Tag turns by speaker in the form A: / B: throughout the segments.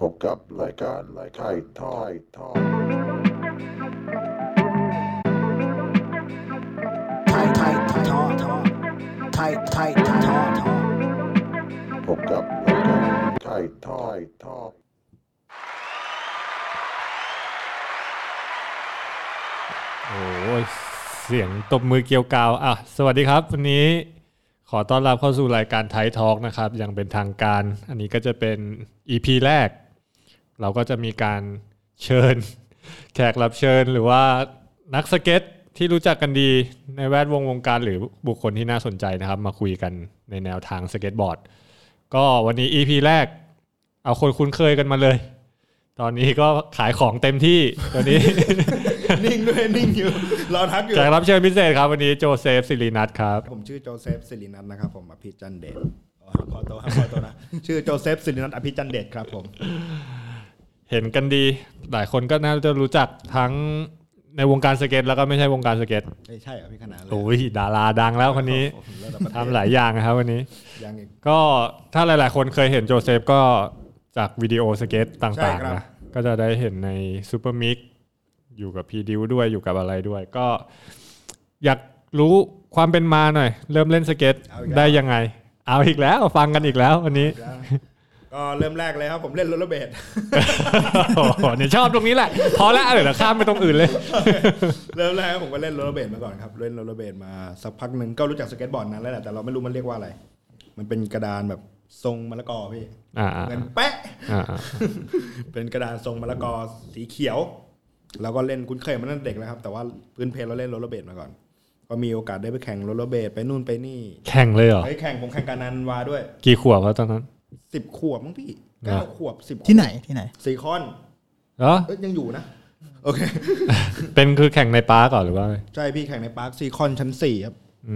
A: พบกับรายการรายการทอยทอย
B: tight tight talk talk tight tight talk talk
A: พบกับรายการไทยทอยทอย
C: โอ้ยเสียงตบมือเกรียวกราวอ่ะสวัสดีครับ วันนี้ขอต้อนรับเข้าสู่รายการไทยทอล์กนะครับอยังเป็นทางการ อันนี้ก็จะเป็น EP แรก เราก็จะมีการเชิญ แขกรับเชิญหรือว่านักสเก็ตที่รู้จักกันดีในแวดวงวงการหรือบุคคลที่น่าสนใจนะครับ มาคุยกันในแนวทางสเก็ตบอร์ด ก็วันนี้ EP แรก เอาคนคุ้นเคยกันมาเลย ตอนนี้ก็ขายของเต็มที่ตอนนี้
D: นิ่งด้วยนิ่งอยู่ รอทักอยู่
C: แขกรับเชิญพิเศษครับวันนี้โจเซฟสิรินัทครับ
D: ผมชื่อโจเซฟสิรินันท์นะครับผมอภิจันเดชอ๋อขอโทษครับขอโทษนะ ชื่อโจเซฟสิรินันท์อภิจันเดชครับผม
C: เห็นกันดี หลายคนก็น่าจะรู้จักทั้งในวงการสเก็ตแล้วก็ไม่ใช่วงการสเก็ต
D: ไม่ใช่เหรอพี่ขนาดเลย
C: โอ้ยดาราดังแล้วคนนี้
D: ผมเลิกแล้ว
C: ทำหลายอย่างนะครับวันนี้
D: ยังอีก
C: ก็ถ้าหลาย ๆ คนเคยเห็นโจเซฟก็จากวิดีโอสเก็ต
D: ใช่
C: ต่าง
D: ครั
C: ๆ
D: บ
C: นะก็จะได้เห็นในซูเปอร์มิกอยู่กับพีดิวด้วยอยู่กับอะไรด้วย ก็อยากรู้ความเป็นมาหน่อย เริ่มเล่นสเก็ต
D: เอาอีกแล้ว
C: ได้ยังไง เอาอีกแล้วฟังกันอีกแล้ววันนี้
D: แล้วก็เริ่มแรกเลยครับ ผมเล่นโรลเลอร์เบด
C: โอ้โห เนี่ยชอบตรงนี้แหละ พอแล้วเดี๋ยวเราข้ามไปตรงอื่นเลย
D: เริ่มแรกผมก็เล่นโรลเลอร์เบดมาก่อนครับ เล่นโรลเลอร์เบดมาสักพักหนึ่งก็รู้จักสเก็ตบอร์ดนั้นแล้วแหละแต่เราไม่รู้มันเรียกว่าอะไร มันเป็นกระดานแบบทรงมะละกอพี่
C: อ่า
D: เงินแปะ
C: อ่า
D: เป็นกระดานทรงมะละกอสีเขียว แล้วก็เล่นคุ้นเคยมาตั้งแต่เด็กแล้วครับ แต่ว่าพื้นเพลเราเล่นโรลเลอร์เบดมาก่อน ก็มีโอกาสได้ไปแข่งโรลเลอร์เบดไปนู่นไปนี่
C: แข่งเลยเหรอ
D: ไปแข่งผมแข่งการนันวาด้วย
C: กี่ขวบแล้วตอนนั้น
D: สิบขวบมั้งพี่เก้า
C: อ่ะ
D: ขวบสิบ
B: ที่ไหนที่ไหน
D: ซีคอน
C: เหรอ
D: เอ้ยยังอยู่นะ โอเค
C: เป็นคือแข่งในปาร์กเหรอหรือว่า
D: ใช่พี่แข่งในปาร์คซีคอนชั้นสี่ครับ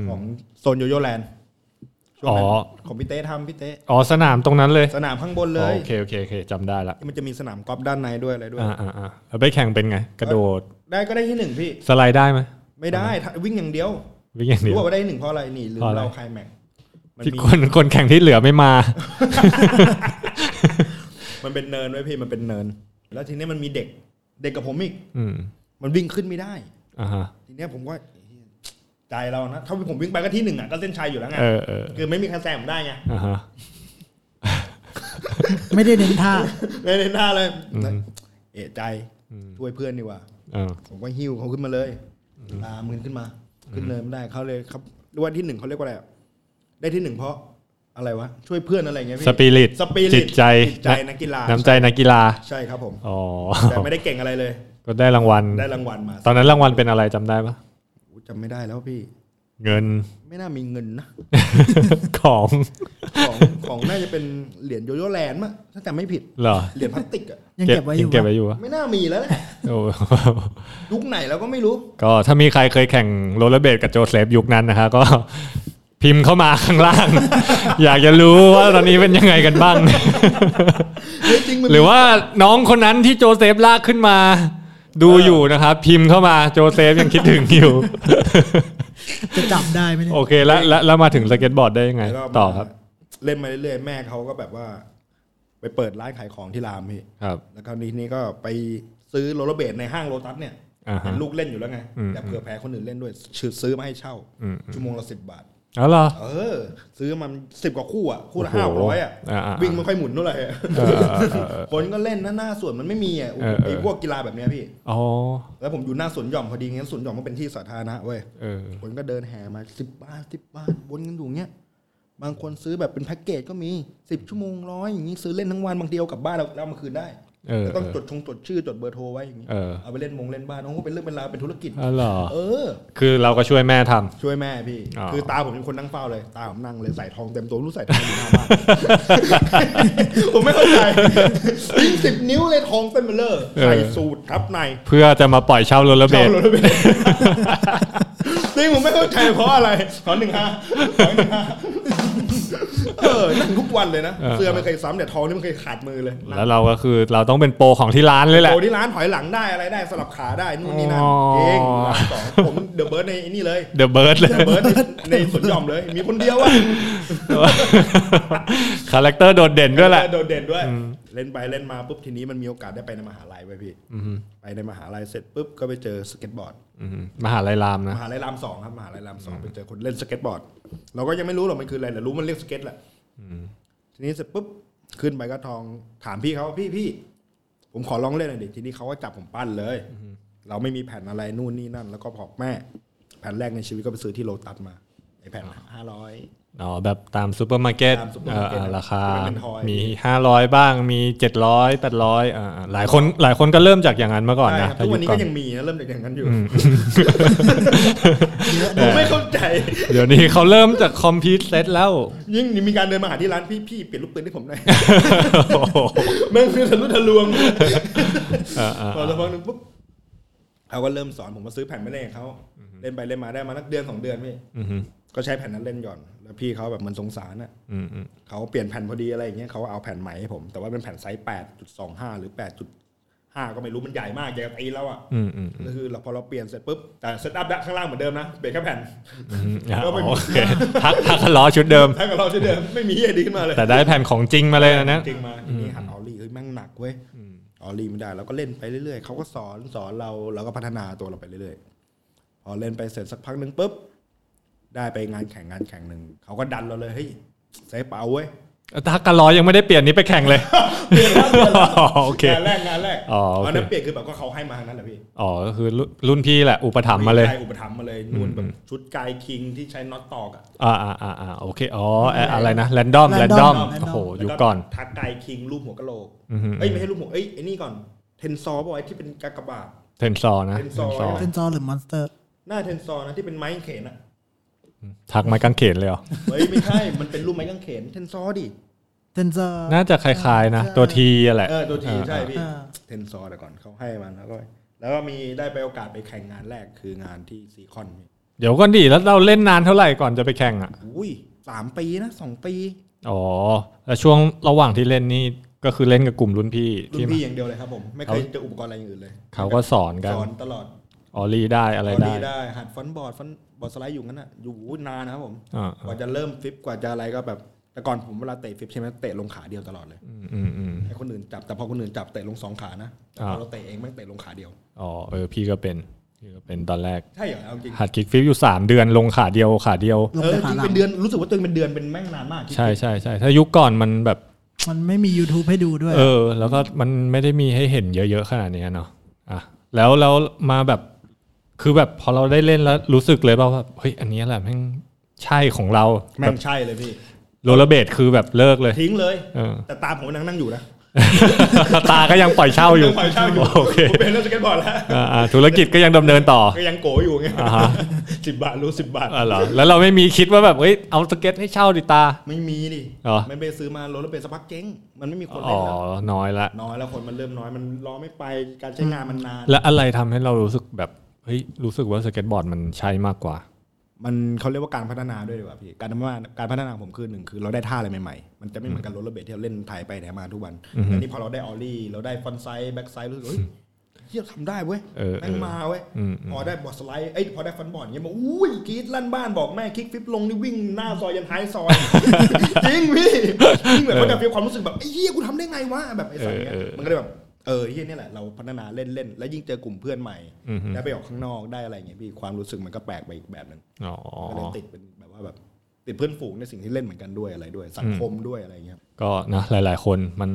D: ของโซนโยโย่แลนด์ช่วงนั้น
C: อ๋อ
D: ของพี่เต้ทำพี่เต้
C: อ๋อสนามตรงนั้นเลย
D: สนามข้างบนเลย
C: โอเคโอเคโอเคจำได้ละ
D: มันจะมีสนามกอล์ฟด้านในด้วยอะไรด้วย
C: อ่าอ่าอ่าแล้วไปแข่งเป็นไง กระโดด
D: ได้ก็ได้ที่หนึ่งพี่
C: สไลด์ได้ไหม
D: ไม่ได้ถ้าวิ่งอย่างเดียว
C: วิ่งอย่างเดียว
D: รู้ว่าว่าได้หนึ่งเพราะอะไรนี่ลืม
C: เพราะอะไร
D: เราไคลแม็กซ์มัน
C: ที่
D: มี
C: คนคนแข่งที่เหลือไม่มา
D: มันเป็นเนินไว้ยพี่มันเป็นเนิน แล้วทีเนี้ยมันมีเด็ก เด็กกับผมอีก
C: อืม
D: มันวิ่งขึ้นไม่ได้
C: อ่าฮะ
D: ทีเนี้ยผมก็เฮ้ยใจเรานะถ้าผมวิ่งไปก็ที่หนึ่งอ่ะก็เส้นชัยอยู่แล้วไง
C: เออเออ
D: คือไม่มีใครแซงผมได้ไง
C: อ่าฮะ
B: ไม่ได้เน้นท่า
D: เลยเล่นหน้าเลย
C: อืม
D: เอะใจช่วยเพื่อนดีกว่า
C: เออ
D: ผมก็หิ้วเขาขึ้นมาเลยตามมือขึ้นมา ขึ้นเนินไม่ได้เขาเลยครับเรียกว่าที่หนึ่งเขาเรียกว่าอะไรอะได้ที่หนึ่งเพราะอะไรวะช่วยเพื่อนอะไรเงี้ยพี่
C: สปิริต
D: สปิริต
C: จิตใจ
D: จิตใจนักกีฬา
C: น้ำใจนักกีฬา
D: ใช่ครับผม
C: อ๋อ
D: แต่ไม่ได้เก่งอะไรเลย
C: ก็ได้รางวัล
D: ได้รางวัลมา
C: ตอนนั้นรางวัลเป็นอะไรจำได้ปะ
D: อู้จำไม่ได้แล้วพี่
C: เงิน
D: ไม่น่ามีเงิน นะ
C: ของ
D: ของของน่าจะเป็นเหรียญโยโย่แลนด์มั้งถ้าจำไม่ผิด
C: เหรอ
D: เหรียญพลาสติกอะ
B: ยังเก็บไว้อยู่
C: งเก็บไว้อยู่วะ
D: ไม่น่ามีแล้วแหละ
C: โอ้
D: ยุคไหนเราก็ไม่รู้
C: ก็ถ้ามีใครเคยแข่งโรลเลอร์เบดกับโจเซฟยุคนั้นนะคะ ก็ พิมพ์เข้ามาข้างล่าง อยากจะรู้ว่าตอนนี้เป็นยังไงกัน บ้าง
D: เฮ้ยจริงมัน
C: หรือว่าน้องคนนั้นที่โจเซฟลากขึ้นมา ดูอยู่นะครับ พิมพ์เข้ามาโจเซฟยังคิดถึง อยู่
B: จะจำได้ไหมเนี่ย
C: โอเคแล้วแล้วแล้วมาถึงสเก็ตบอร์ดได้ยังไง
D: แล้วก็
C: ต่อครับ
D: เล่นมาเรื่อยๆแม่เขาก็แบบว่า ไปเปิดร้านขายของที่รามพี่
C: ครับ
D: แล้วคราวนี้นี่ก็ไปซื้อโรลเลอร์เบดในห้างโลตัสเนี่ย
C: อ่าฮะ
D: เห็นลูกเล่นอยู่แล้วไง
C: อืม
D: แต่เผื่อแพ้คนอื่นเล่นด้วยชื่อซื้อมาให้เช่า
C: อืม
D: ชั่วโมงละสิบบาท
C: เอาเหรอ
D: เออ ซื้อมันสิบกว่าคู่อ่ะคู่ละ
C: โอ้
D: ห้า
C: โห
D: ร้อยอ่ะ
C: อ่าๆ
D: วิ่งไม่ค่อยหมุนเท่าไหร่
C: เออเออเออเออ
D: คนก็เล่นนะหน้าสวนมันไม่มีอ่ะ
C: เออเออ
D: ไอ้พวกกีฬาแบบเนี้ยพี่
C: อ๋อ
D: แล้วผมอยู่หน้าสวนหย่อมพอดีงั้นสวนหย่อมมันเป็นที่สาธารณะเว้ย
C: เออ
D: คนก็เดินแห่มาสิบบาทสิบบาทวนกันอยู่เงี้ยบางคนซื้อแบบเป็นแพ็กเกจก็มีสิบชั่วโมงร้อยอย่างงี้ซื้อเล่นทั้งวันบางทีเอากลับบ้านแล้วเอามาคืนได้
C: เออ
D: แต่ต้อง
C: เออ
D: จดชงจดชื่อจดเบอร์โทรไว้อย่างงี้
C: เออ
D: เอาไปเล่นมงเล่นบ้านโอ้โหเป็นเรื่องเป็นราวเป็นธุรกิจ
C: เอาเหรอ
D: เออ
C: คือเราก็ช่วยแม่ทำ
D: ช่วยแม่พี่
C: อ๋อ
D: คือตาผมเป็นคนนั่งเฝ้าเลยตาผมนั่งเลยใส่ทองเต็มตัวไม่รู้ใส่ทองอยู่หน้าบ้าน ผมไม่เข้าใจยิ่งสิบนิ้วเลยทองเต็มเบลอใส่สูตรทับใน
C: เพื่อจะมาปล่อยเช่าโรลเลอร์เบ
D: เช่า
C: ด
D: รถเมล์จริงผมไม่เข้าใจเพราะอะไรขอหนึ่งฮะขอหนึ่งฮะเออนั่งทุกวันเลยนะ
C: เออ
D: เสื้อไม่เคยซ้ำแต่ทองนี่ไม่เคยขาดมือเลย
C: แล้วเราก็คือเราต้องเป็นโปรของที่ร้านเลยแหละ
D: โอ้ที่ร้านถอยหลังได้อะไรได้สลับขาได้นู่นนี่นั่น
C: อ๋อ
D: เก่งร้านสองผมเดอะเบิร์ดในไอ้นี่เลย
C: เดอะเบิร์ดเลย
D: เดอะเบิร์ดในสวนหย่อมเลย มีคนเดียวว่ะ
C: คาแรคเตอร์โดดเด่นด้วยแหละ
D: โดดเด่นด้วย เล่นไปเล่นมาปุ๊บทีนี้มันมีโอกาสได้ไปในมหาลัยไปพี่
C: อือฮึ
D: ไปในมหาลัยเสร็จปุ๊บก็ไปเจอสเก็ตบอร์ด
C: อือฮึมหาลัยรามนะ
D: มหาลัยรามสองครับมหาลัยรามสองไปเจอคนเล่นสเก็ตบอร์ด เราก็ยังไม่รู้หรอกมันคืออะไรแต่รู้มันเรียกสเก็ตแหละทีนี้เสร็จปุ๊บขึ้นไปก็ทองถามพี่เขาว่าพี่พี่ผมขอลองเล่นหน่อยดิทีนี้เขาก็จับผมปั้นเลย เราไม่มีแผ่นอะไรนู่นนี่นั่น แล้วก็บอกแม่ แผ่นแรกในชีวิตก็ไปซื้อที่โลตัสมาไอแผ่นห้าร้อย
C: อ๋อแบบตามซูเปอร์มาร์เก็ต
D: ตามซูเปอร์
C: เอ่
D: มา
C: อ
D: ร์เก็ต
C: เอ่อราคา
D: ที่มันเป็นทอย
C: มี 500 บ้างมี700 800อ่าหลายคนหลายคนก็เริ่มจากอย่างนั้นมาก่อนนะ
D: ทุกวัน
C: ถ้ายุค
D: นี้
C: ก่อ
D: ก็
C: น
D: ยังมีนะเริ่มจากอย่างนั้นอยู่
B: เยอะ
D: ผ
B: นะ
D: มไม่เข้าใจ
C: เดี๋ยวนี้เขาเริ่มจากคอมพิวเซตแล้ว
D: ยิ่งมีการเดินมาหาที่ร้านพี่พี่เปลี่ยนลูกปืนให้ผมหน่ อย แม่งคือทะลุทะลวง พอสักพักหนึ่งปุ๊บเขาก็เริ่มสอนผมมาซื้อแผ่นไม่เล่นกับเขาเล่นไปเล่นมาได้มานักเดือนสองเดือนพี่
C: อือฮึ
D: ก็ใช้แผ่นนั้นเล่นก่อน แล้วพี่เขาแบบเหมันสงสารน่ะ
C: อืมอืม
D: เขาเปลี่ยนแผ่นพอดีอะไรอย่างเงี้ยเขาเอาแผ่นใหม่ให้ผม แต่ว่าเป็นแผ่นไซส์แปดจุดสองห้าหรือแปดจุดห้าก็ไม่รู้มันใหญ่มากใหญ่กับไอ้แล้วอ่ะ
C: อืมอืม
D: ก็คือเราพอเราเปลี่ยนเสร็จปุ๊บแต่เซตอัพข้างล่างเหมือนเดิมนะเปลี่ยนแค่แผ่น
C: อ่ะ
D: ก็ไม่มี
C: โอเคพักพักล้อชุดเดิม
D: ถ้ากับเราที่เดิมไม่มีเหี้ยดีขึ้นมาเลย
C: แต่ได้แผ่นของจริงมาเลยนะเนี่ย
D: จริงมาทีนี้หัดออลลี่เฮ้ยแม่งหนักเว้ยออลลี่ไม่ได้เราก็เล่นไปเรื่อยๆเขาก็สอนสอนเราเราก็พัฒนาตัวเราไปเรื่อยๆพอเล่นไปเสร็จสักพักหนึ่งปุ๊บได้ไปงานแข่งงานแข่งหนึ่งเขาก็ดันเราเลยเฮ้ยใส่เป๋าเว้ย
C: ถ้ากันล้อยังไม่ได้เปลี่ยนนี้ไปแข่งเลย โอเค
D: งานแรกงานแรก
C: อ๋อโอเค
D: นนั้นเปลี่ยนคือแบบก็เขาให้มาทางนั้นแหละพี่
C: อ๋อก็คือรุ่นรุ่นพี่แหละ อุปถัมภ์มาเลย
D: ใช่อุปถัมภ์มาเลยนู่นแบบชุดกายคิงที่ใช้น็อตตอกอะ
C: อ่าอ่าอ่าอ่าโอเค อ๋อเอ่ออะไรนะแรนดอมแรนดอ
B: Random
C: ม
B: Random
C: โอ้โห
D: แล้
C: อ
D: ว
C: ยู่ก่อน
D: ทักกายคิงรูปหัวกะโหลก
C: อือหือ
D: เอ้ยไม่ใช่รูปหัวเอ้ยไอ้นี่ก่อนเทนซอร์ป่ะไอ้ที่เป็นกากบาท
C: เทนซอนะ
D: Tensor
C: Tensor
B: เซนซอร์หรือมอนสเตอร์
D: หน้าเทนซอร์นะที่เป็นไม้เขนอะ
C: ทักไม้กางเขนเลยเหรอ
D: เฮ้ยไม่ใช่ มันเป็นรูปไม้กางเขนเทนซอร์ดิ
B: เซนซอร์
C: น่าจะคล้ายๆนะ ตัวทีแหละ
D: เออตัวทีใช่พี่
B: อ่า
D: เทนซอร์แต่ก่อนเขาให้มันแล้วก็ไปแล้วก็มีได้ไปโอกาสไปแข่งงานแรกคืองานที่ซีคอนพี่
C: เดี๋ยวก่อนดิแล้วเราเล่นนานเท่าไหร่ก่อนจะไปแข่งอ่ะ
D: อุ้ยสามปีนะสองปี
C: อ๋อแล้วช่วงระหว่างที่เล่นนี่ก็คือเล่นกับกลุ่มรุ่นพี่
D: รุ่
C: ที่
D: น
C: มา
D: พี่อย่างเดียวเลยครับผม ไม่เคยเจออุปกรณ์อะไรอย่างอื่นเลย
C: เขาก็สอนกัน
D: สอนตลอด
C: ออลี่ได้อะไร
D: ต
C: ได้
D: นนี้ได้หัดฟอนต์บอร์ดฟอนต์บอร์ดสไลด์อยู่งั้นอะอยู่นานนะครับผม
C: อ่าก
D: ว่าจะเริ่มฟิปกว่าจะอะไรก็แบบ แต่ก่อนผมเวลาเตะฟิปใช่ไหมเตะลงขาเดียวตลอดเลย
C: อืมอืมอืม
D: ให้คนอื่นจับ แต่พอคนอื่นจับเตะลงสองขานะแต่พอ
C: อ่า
D: เราเตะเองแม่งเตะลงขาเดียว
C: อ๋อเออพี่ก็เป็นพี่ก็เป็นตอนแรก
D: ใช่เหรอเอาจริง
C: หัดคิกฟิปอยู่สามเดือนลงขาเดียวขาเดียว
B: ลง
D: เออ
B: ไปขา
D: จริง
B: หลัง
D: เป็นเดือนรู้สึกว่าตัวเองเป็นเดือนเป็นแม่งนานมากคิด
C: ใช่ใช่ใช่ถ้ายุคก่อนมันแบบ
B: มันไม่มี YouTube ให้ดูด้วย
C: เออ แล้วก็มันไม่ได้มีให้เห็นเยอะๆขนาดเนี้ยเนาะอ่ะแล้วแล้วมาแบบ คือแบบพอเราได้เล่นแล้วรู้สึกเลยเปล่าว่าเฮ้ยอันเนี้ยแหละแม่งใช่ของเราแบ
D: แม่
C: บ
D: งใช่เลยพี่
C: โรลเลอร์เบดคือแบบเลิกเลย
D: ทิ้งเลย
C: เอ อ
D: แต่ตามผมมันนั่งนั่งอยู่นะ
C: ตาก็ยังปล่อยเช่า อยู่
D: งปล่อยเช่าอยู่
C: โอเค
D: ผมเป็นเล่นสเก็ตบอร์ดแล้ว
C: อ่าอ่าธุรกิจก็ยังดำเนินต่อ
D: ก็ยังโกอยู่ไง
C: อ่าฮะ
D: สิบบาทรู้สิบบาท
C: อ่ะเหรอแล้วเราไม่มีคิดว่าแบบเฮ้ยเอาสเก็ตให้เช่าดิตา
D: ไม่มีดิ
C: เหรอ
D: ไม่ไปซื้อมาโรถแล้วเป็นสักพักเจ๊งมันไม่มีคน
C: อ๋
D: เล่
C: อน
D: แล้ว
C: น้อยละ
D: น้อยแล้วคนมันเริ่มน้อยมันรอไม่ไปการใช้งานมันนาน
C: แล้วอะไรทำให้เรารู้สึกแบบเฮ้ยรู้สึกว่าสเก็ตบอร์ดมันใช่มากกว่า
D: มันเขาเรียกว่าการพัฒนาด้วยดีกว่าพี่การพัฒนาการพัฒนาของผมคือหนึ่งคือเราได้ท่าอะไรใหม่ๆ มันจะไม่เหมือนกันโรลเลอร์เบดที่เราเล่นถ่ายไปถ่ายมาทุกวันแต่นี่พอเราได้ออลลี่เราได้ฟอนไซส์แบ็กไซส์รู้สึกเฮ้ยเฮียทำได้เว้ย
C: เออ
D: แม่งมาเว้ย
C: อืมอืม
D: พอได้บอร์ดสไลด์เอ้ยพอได้ฟันบอร์ดอย่างเงี้ยมาอุ้ยกรีดลั่นบ้านบอกแม่คลิกฟลิปลงนี่วิ่งหน้าซอยยันท้ายซอย จริงพี่จริงแบบมันจะมีความรู้สึกแบบไอ้เฮียกูทำได้ไงวะแบบไอ้สัตว์เนี้ยมันก็เลยแบบเออเฮียเนี่ยแหละเราพัฒนาเล่นเล่นๆแล้วยิ่งเจอกลุ่มเพื่อนใหม่ได้ไปออกข้างนอกได้อะไรเงี้ยพี่ความรู้สึกมันก็แปลกไปอีกแบบหนึง
C: อ๋อ
D: ก็เลยติดเป็นแบบว่าแบบติดเพื่อนฝูงในสิ่งที่เล่นเหมือนกันด้วยอะไรด้วย สังคมด้วยอะไรเงี้ย
C: ก็นะหลาย ๆ คนมัน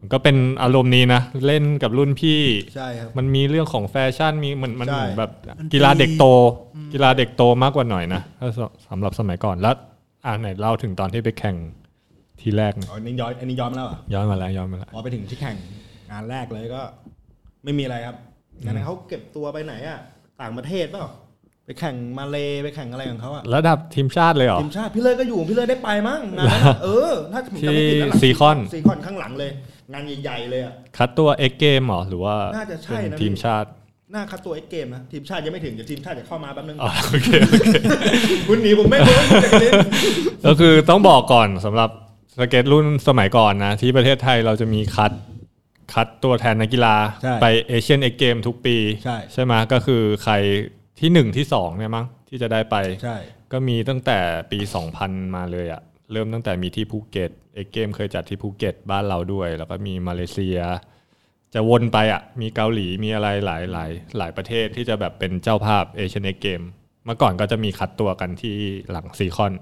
C: มันก็เป็นอารมณ์นี้นะ เล่นกับรุ่นพี่
D: ใช่ครับ
C: มันมีเรื่องของแฟชั่นมีเหมือนมัน
D: ใช่
C: เหมือนแบบ
B: มัน
C: กีฬาเด็กโต
B: อืม
C: กีฬาเด็กโตมากกว่าหน่อยนะถ้าสสำหรับสมัยก่อนแล้วอ่าไหนเล่าถึงตอนที่ไปแข่งที่แรกหน่อย
D: อ๋ออันนี้ย้อนอันนี้ย้อนมาแล้วเหรอ่ะ
C: ย้อนมาแล้วย้อนมาแล้ว
D: พอไปถึงที่แข่งงานแรกเลยก็ ไม่มีอะไรครับงานนั้นเขาเก็บตัวไปไหนอ่ะต่างประเทศเปล่าไปแข่งมาเลไปแข่งอะไรของเขาอ่ะ
C: ระดับทีมชาติเลยเหรอ
D: ทีมชาติพี่เลิศก็อยู่พี่เลิศได้ไปมั้งงานนั้น อะเออถ้าผมจำไม่ผิดนะหลัง
C: ที่ซีคอน
D: ซีคอนข้างหลังเลย งานใหญ่ๆเลยอ่ะ
C: คัดตัวเอ็กเกมหรอหรือว่า
D: น่าจะใช่
C: เป็น
D: นะ
C: ทีมชาติ
D: หน้าคัดตัวไอ้เกมนะทีมชาติยังไม่ถึงเดี๋ยวทีมชาติจะเข้ามาแป๊บนึง
C: อ๋อโอเคโอเค
D: คุณหนี ผมไม่พ้นจากนี้
C: ก็คือต้องบอกก่อนสำหรับสเก็ตรุ่นสมัยก่อนนะ ที่ประเทศไทยเราจะมีคัดคัดตัวแทนนักกีฬา
D: ใช่
C: ไปเอเชียนเอกเกมทุกปี
D: ใช่
C: ใช่ไหมก็คือใครที่หนึ่งที่สองเนี่ยมั้งที่จะได้ไป
D: ใช่
C: ก็มีตั้งแต่ปี 2000 มาเลยอะ เริ่มตั้งแต่มีที่ภูเก็ตเอเกมเคยจัดที่ภูเก็ตบ้านเราด้วย แล้วก็มีมาเลเซีย จะวนไปอ่ะมีเกาหลีมีอะไรหลายหลายหลายประเทศที่จะแบบเป็นเจ้าภาพเอเชียนเกมเมื่อก่อนก็จะมีคัดตัวกันที่หลังซีคอน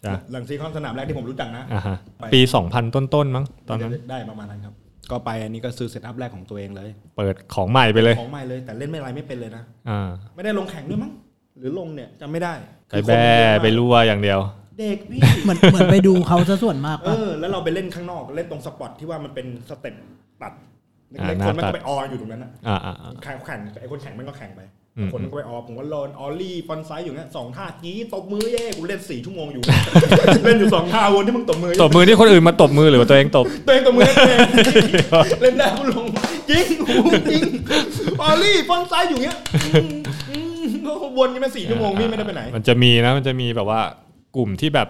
C: ใช่ปะ
D: หลังซีคอนสนามแรกที่ผมรู้จักนะ
C: อ่าฮะ
D: ไป
C: ปี 2000 ต้นๆมั้งตอนนั้น
D: ได้ประมาณนั้นครับ ก็ไปอันนี้ก็ซื้อเซตอัพแรกของตัวเองเลย
C: เปิดของใหม่ไปเลย
D: ของใหม่เลยแต่เล่นไม่ไรไม่เป็นเลยนะ
C: อ่า
D: ไม่ได้ลงแข่งด้วยมั้ง หรือลงเนี่ยจำไม่ได้
C: ไปแบ่ไปรั่วอย่างเดียว
D: เด็กพี่
B: เหมือนเหมือนไปดูเขาซะส่วนมาก
D: เอ
B: ปะ
D: อ แล้วเราไปเล่นข้างนอกเล่นตรงสปอตที่ว่ามันเป็นสเต็ปตัดเล็
C: อ่าก ห
D: ๆ
C: น้า
D: คนมัน
C: ตัด
D: ก็ไปอออยู่ตรงนั้นนะ
C: อ่าอ่าอ่า
D: แข่งแข่งไอ้คนแข่งมันก็แข่งไป
C: อืม
D: คนมันก็ไปออผมก็โลนออลลี่ฟอนไซด์อยู่เงี้ยสองท่ากี้ตบมือเย่กูเล่นสี่ชั่วโมงอยู่ เล่นอยู่สองท่าวนที่มึงตบมือ
C: ตบมือที่คนอื่นมาตบมือหรือว่าตัวเองตบ
D: ตัวเองตบมือเล่น เล่นได้กูลงจริงโอ้โหจริงออลลี่ฟอนไซด์อยู่เงี้ยอืมอืมก็วนกันมาสี่ชั่วโมงพี่ไม่ได้ไปไหน
C: มันจะมีนะมันจะมีแบบว่ากลุ่มที่แบบ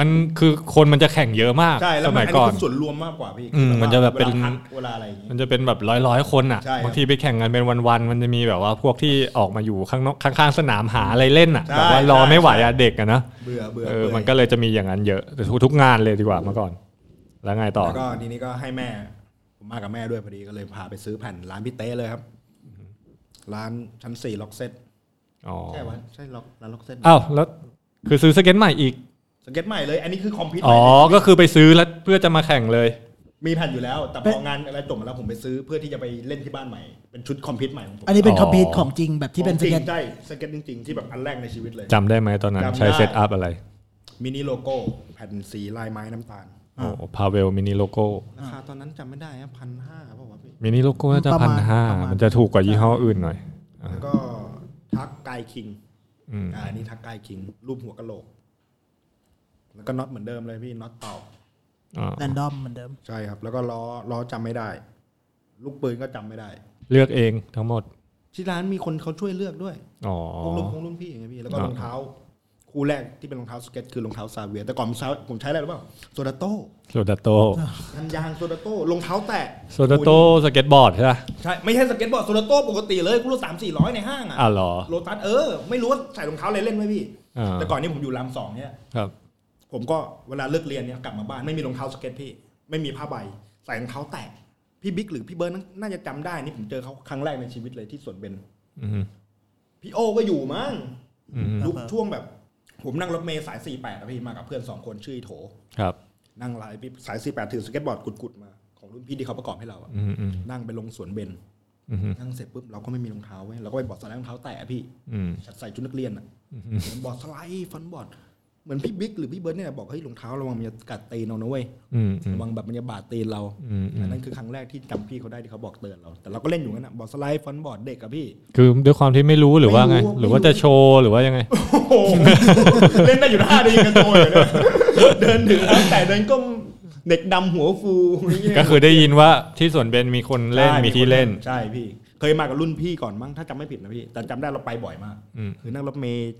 C: มันคือคนมันจะแข่งเยอะมาก
D: ใช่แล้
C: ส
D: วมั
C: มัน ย
D: อัน
C: ก่
D: นี้
C: อน
D: คือส่วนรวมมากกว่าพี่
C: อืม
D: แบบว่า
C: มันจะแบบเป็น
D: วลาพักเวลาอะไรอย่างเงี้ย
C: มันจะเป็นแบบร้อยร้อยๆคนอ่ะ
D: ใช่ครับ
C: บางทีไปแข่งกันเป็นวันๆมันจะมีแบบว่าพวกที่ออกมาอยู่ข้างนอกข้างๆสนามหาอะไรเล่นอ่ะ
D: ใช่
C: แบบว่ารอ
D: ใช่
C: ไม่ไหวอ่ะเด็กอ่ะนะ
D: เบื่อเบื่อ
C: เออ
D: บื่
C: มันก็เลยจะมีอย่างนั้นเยอะแต่ทุกๆงานเลยดีกว่าเมื่อก่อน แล้วไงต่อ
D: แล้วก็ทีนี้ก็ให้แม่ ผมมากับแม่ด้วยพอดีก็เลยพาไปซื้อแผ่นร้านพี่เต้เลยครับ ร้านชั้นสี่ล็อกเซ็ต
C: อ๋อ
D: ใช่วะใช่ล็อกร้านล็อกเซ็ต
C: อ้าวแล้วคือซื้อสเก็ตใหม่อีก
D: สเก็ตใหม่เลย อันนี้คือคอมพิวเตอ
C: อ๋อ
D: ร์
C: ก็คือไปซื้อแล้วเพื่อจะมาแข่งเลย
D: มีแผ่นอยู่แล้ว แต่พองานอะไรจบมาแล้วผมไปซื้อเพื่อที่จะไปเล่นที่บ้านใหม่ เป็นชุดคอมพิวเตอร์ใหม่ของผม
B: อันนี้เป็นคอมพิวต์ของจริงแบบที่เป็น
D: ข
B: ส
D: องจริง
B: เก็ต
D: ใช่สเก็ตจริงๆที่แบบอันแรกในชีวิตเลย
C: จำได้ไหมตอนนั้น
D: จำได้
C: ใช้เซตอัพอะไร
D: มินิโลโก้แผ่นสีลายไม้น้ำตาล
C: โอ้พาเวลมินิโลโก้
D: ราคาตอนนั้นจำไม่ได้พันห้าเปล่าวะพี่
C: มินิโลโก้น่าจะพันห้ามันจะถูกกว่ายี่ห้ออื่นหน่อย
D: แล้วก็ทักไกายคิง
C: อืม
D: อ่าอันนี่ทักไกายคิง รูปหัวกะโหลก แล้วก็น็อตเหมือนเดิมเลยพี่น็อตเต่า
C: อ๋อ
B: แรนดอมเหมือนเดิม
D: ใช่ครับ แล้วก็ล้อล้อจำไม่ได้ ลูกปืนก็จำไม่ได้
C: เลือกเองทั้งหมด
D: ที่ร้านมีคนเขาช่วยเลือกด้วย
C: อ๋อ
D: พวกรุ่นพวกรุ่นพี่อย่างเงี้ยพี่ แล้วก็
C: อ๋อ
D: รองเท้า คู่แรกที่เป็นรองเท้าสเก็ตคือรองเท้าซาเวียร์แต่ก่อนผมใช้ผมใช้อะไรหรือเปล่าโซดาโต้
C: โซดาโต
D: ยางยางโซดาโต้รองเท้าแตะ
C: โซดาโตสเก็ตบอร์ดใช่ไหม
D: ใช่ไม่ใช่สเก็ตบอร์ดโซดาโต้ปกติเลยคู่ละสามสี่ร้อยในห้างอ่ะ
C: อ่าวเหรอ
D: โลตัสเออไม่รู้ว่าใส่รองเท้าอะไรเล่นไหมพี่
C: อ่า
D: แต่ก่อนนี่ผมอยู่รามสองเนี่ย
C: ครับ
D: ผมก็เวลาเลิกเรียนเนี่ยกลับมาบ้านไม่มีรองเท้าสเก็ตพี่ ไม่มีผ้าใบใส่รองเท้าแตะพี่บิ๊กหรือพี่เบิร์ดน่าจะจำได้นี่ผมเจอเขาครั้งแรกในชีวิตเลยที่สวนเบน
C: อืม
D: พี่โอก็อยู่มั้ง
C: อืม
D: ยุคช่วงแบบ ผมนั่งรถเมล์สาย 48นะพี่มากับเพื่อนสองคนชื่อไอ้โถ
C: ครับ
D: นั่งไลน์พี่สาย 48 ถือสเก็ตบอร์ดกุดๆมา ของรุ่นพี่ที่เขาประกอบให้เราอะ
C: อืมอืม
D: นั่งไปลงสวนเบน
C: อืม
D: นั่งเสร็จปุ๊บเราก็ไม่มีรองเท้าเว้ยเราก็ไปบอร์ดสไลด์รองเท้าแตะพี่
C: อืม
D: ใส่ชุดนักเรียนอะ
C: อืม
D: เหมือนบอร์ดสไลด์ฟันบอร์ดเหมือนพี่บิ๊กหรือพี่เบิร์ดเนี่ยบอกเฮ้ยรองเท้าระวังมันจะกัดตีนเรานะเว้ย
C: อืมอืม
D: ระวังแบบมันจะบาดตีนเรา
C: อืมอื
D: อัน
C: ม
D: นั้นคือครั้งแรกที่จำพี่เขาได้ที่เขาบอกเตือนเรา แต่เราก็เล่นอยู่งั้นนะบอร์ดสไลด์ฟันบอร์ดเด็กอะพี่
C: คือด้วยความที่ไม่รู้หรือว่าไง
D: ไม่รู้
C: หรือว่าจะโชว์หรือว่ายังไง
D: โอ้โหเล่นได้อยู่ห้าดีกันโตเลยนะเดินถึงแล้วแต่เดินก็เด็กดำหัวฟูอย่างเงี้ย
C: ก็คือได้ยินว่าที่สวนเบนมีคนเล่น
D: ใช่
C: มีที่เล่น
D: ใช่พี่ เคยมากับรุ่นพี่ก่อนมั้งถ้าจำไม่ผิดนะพี่แต่จำได้เราไปบ่อยมาก
C: อืม
D: คือนั่งรถเมย์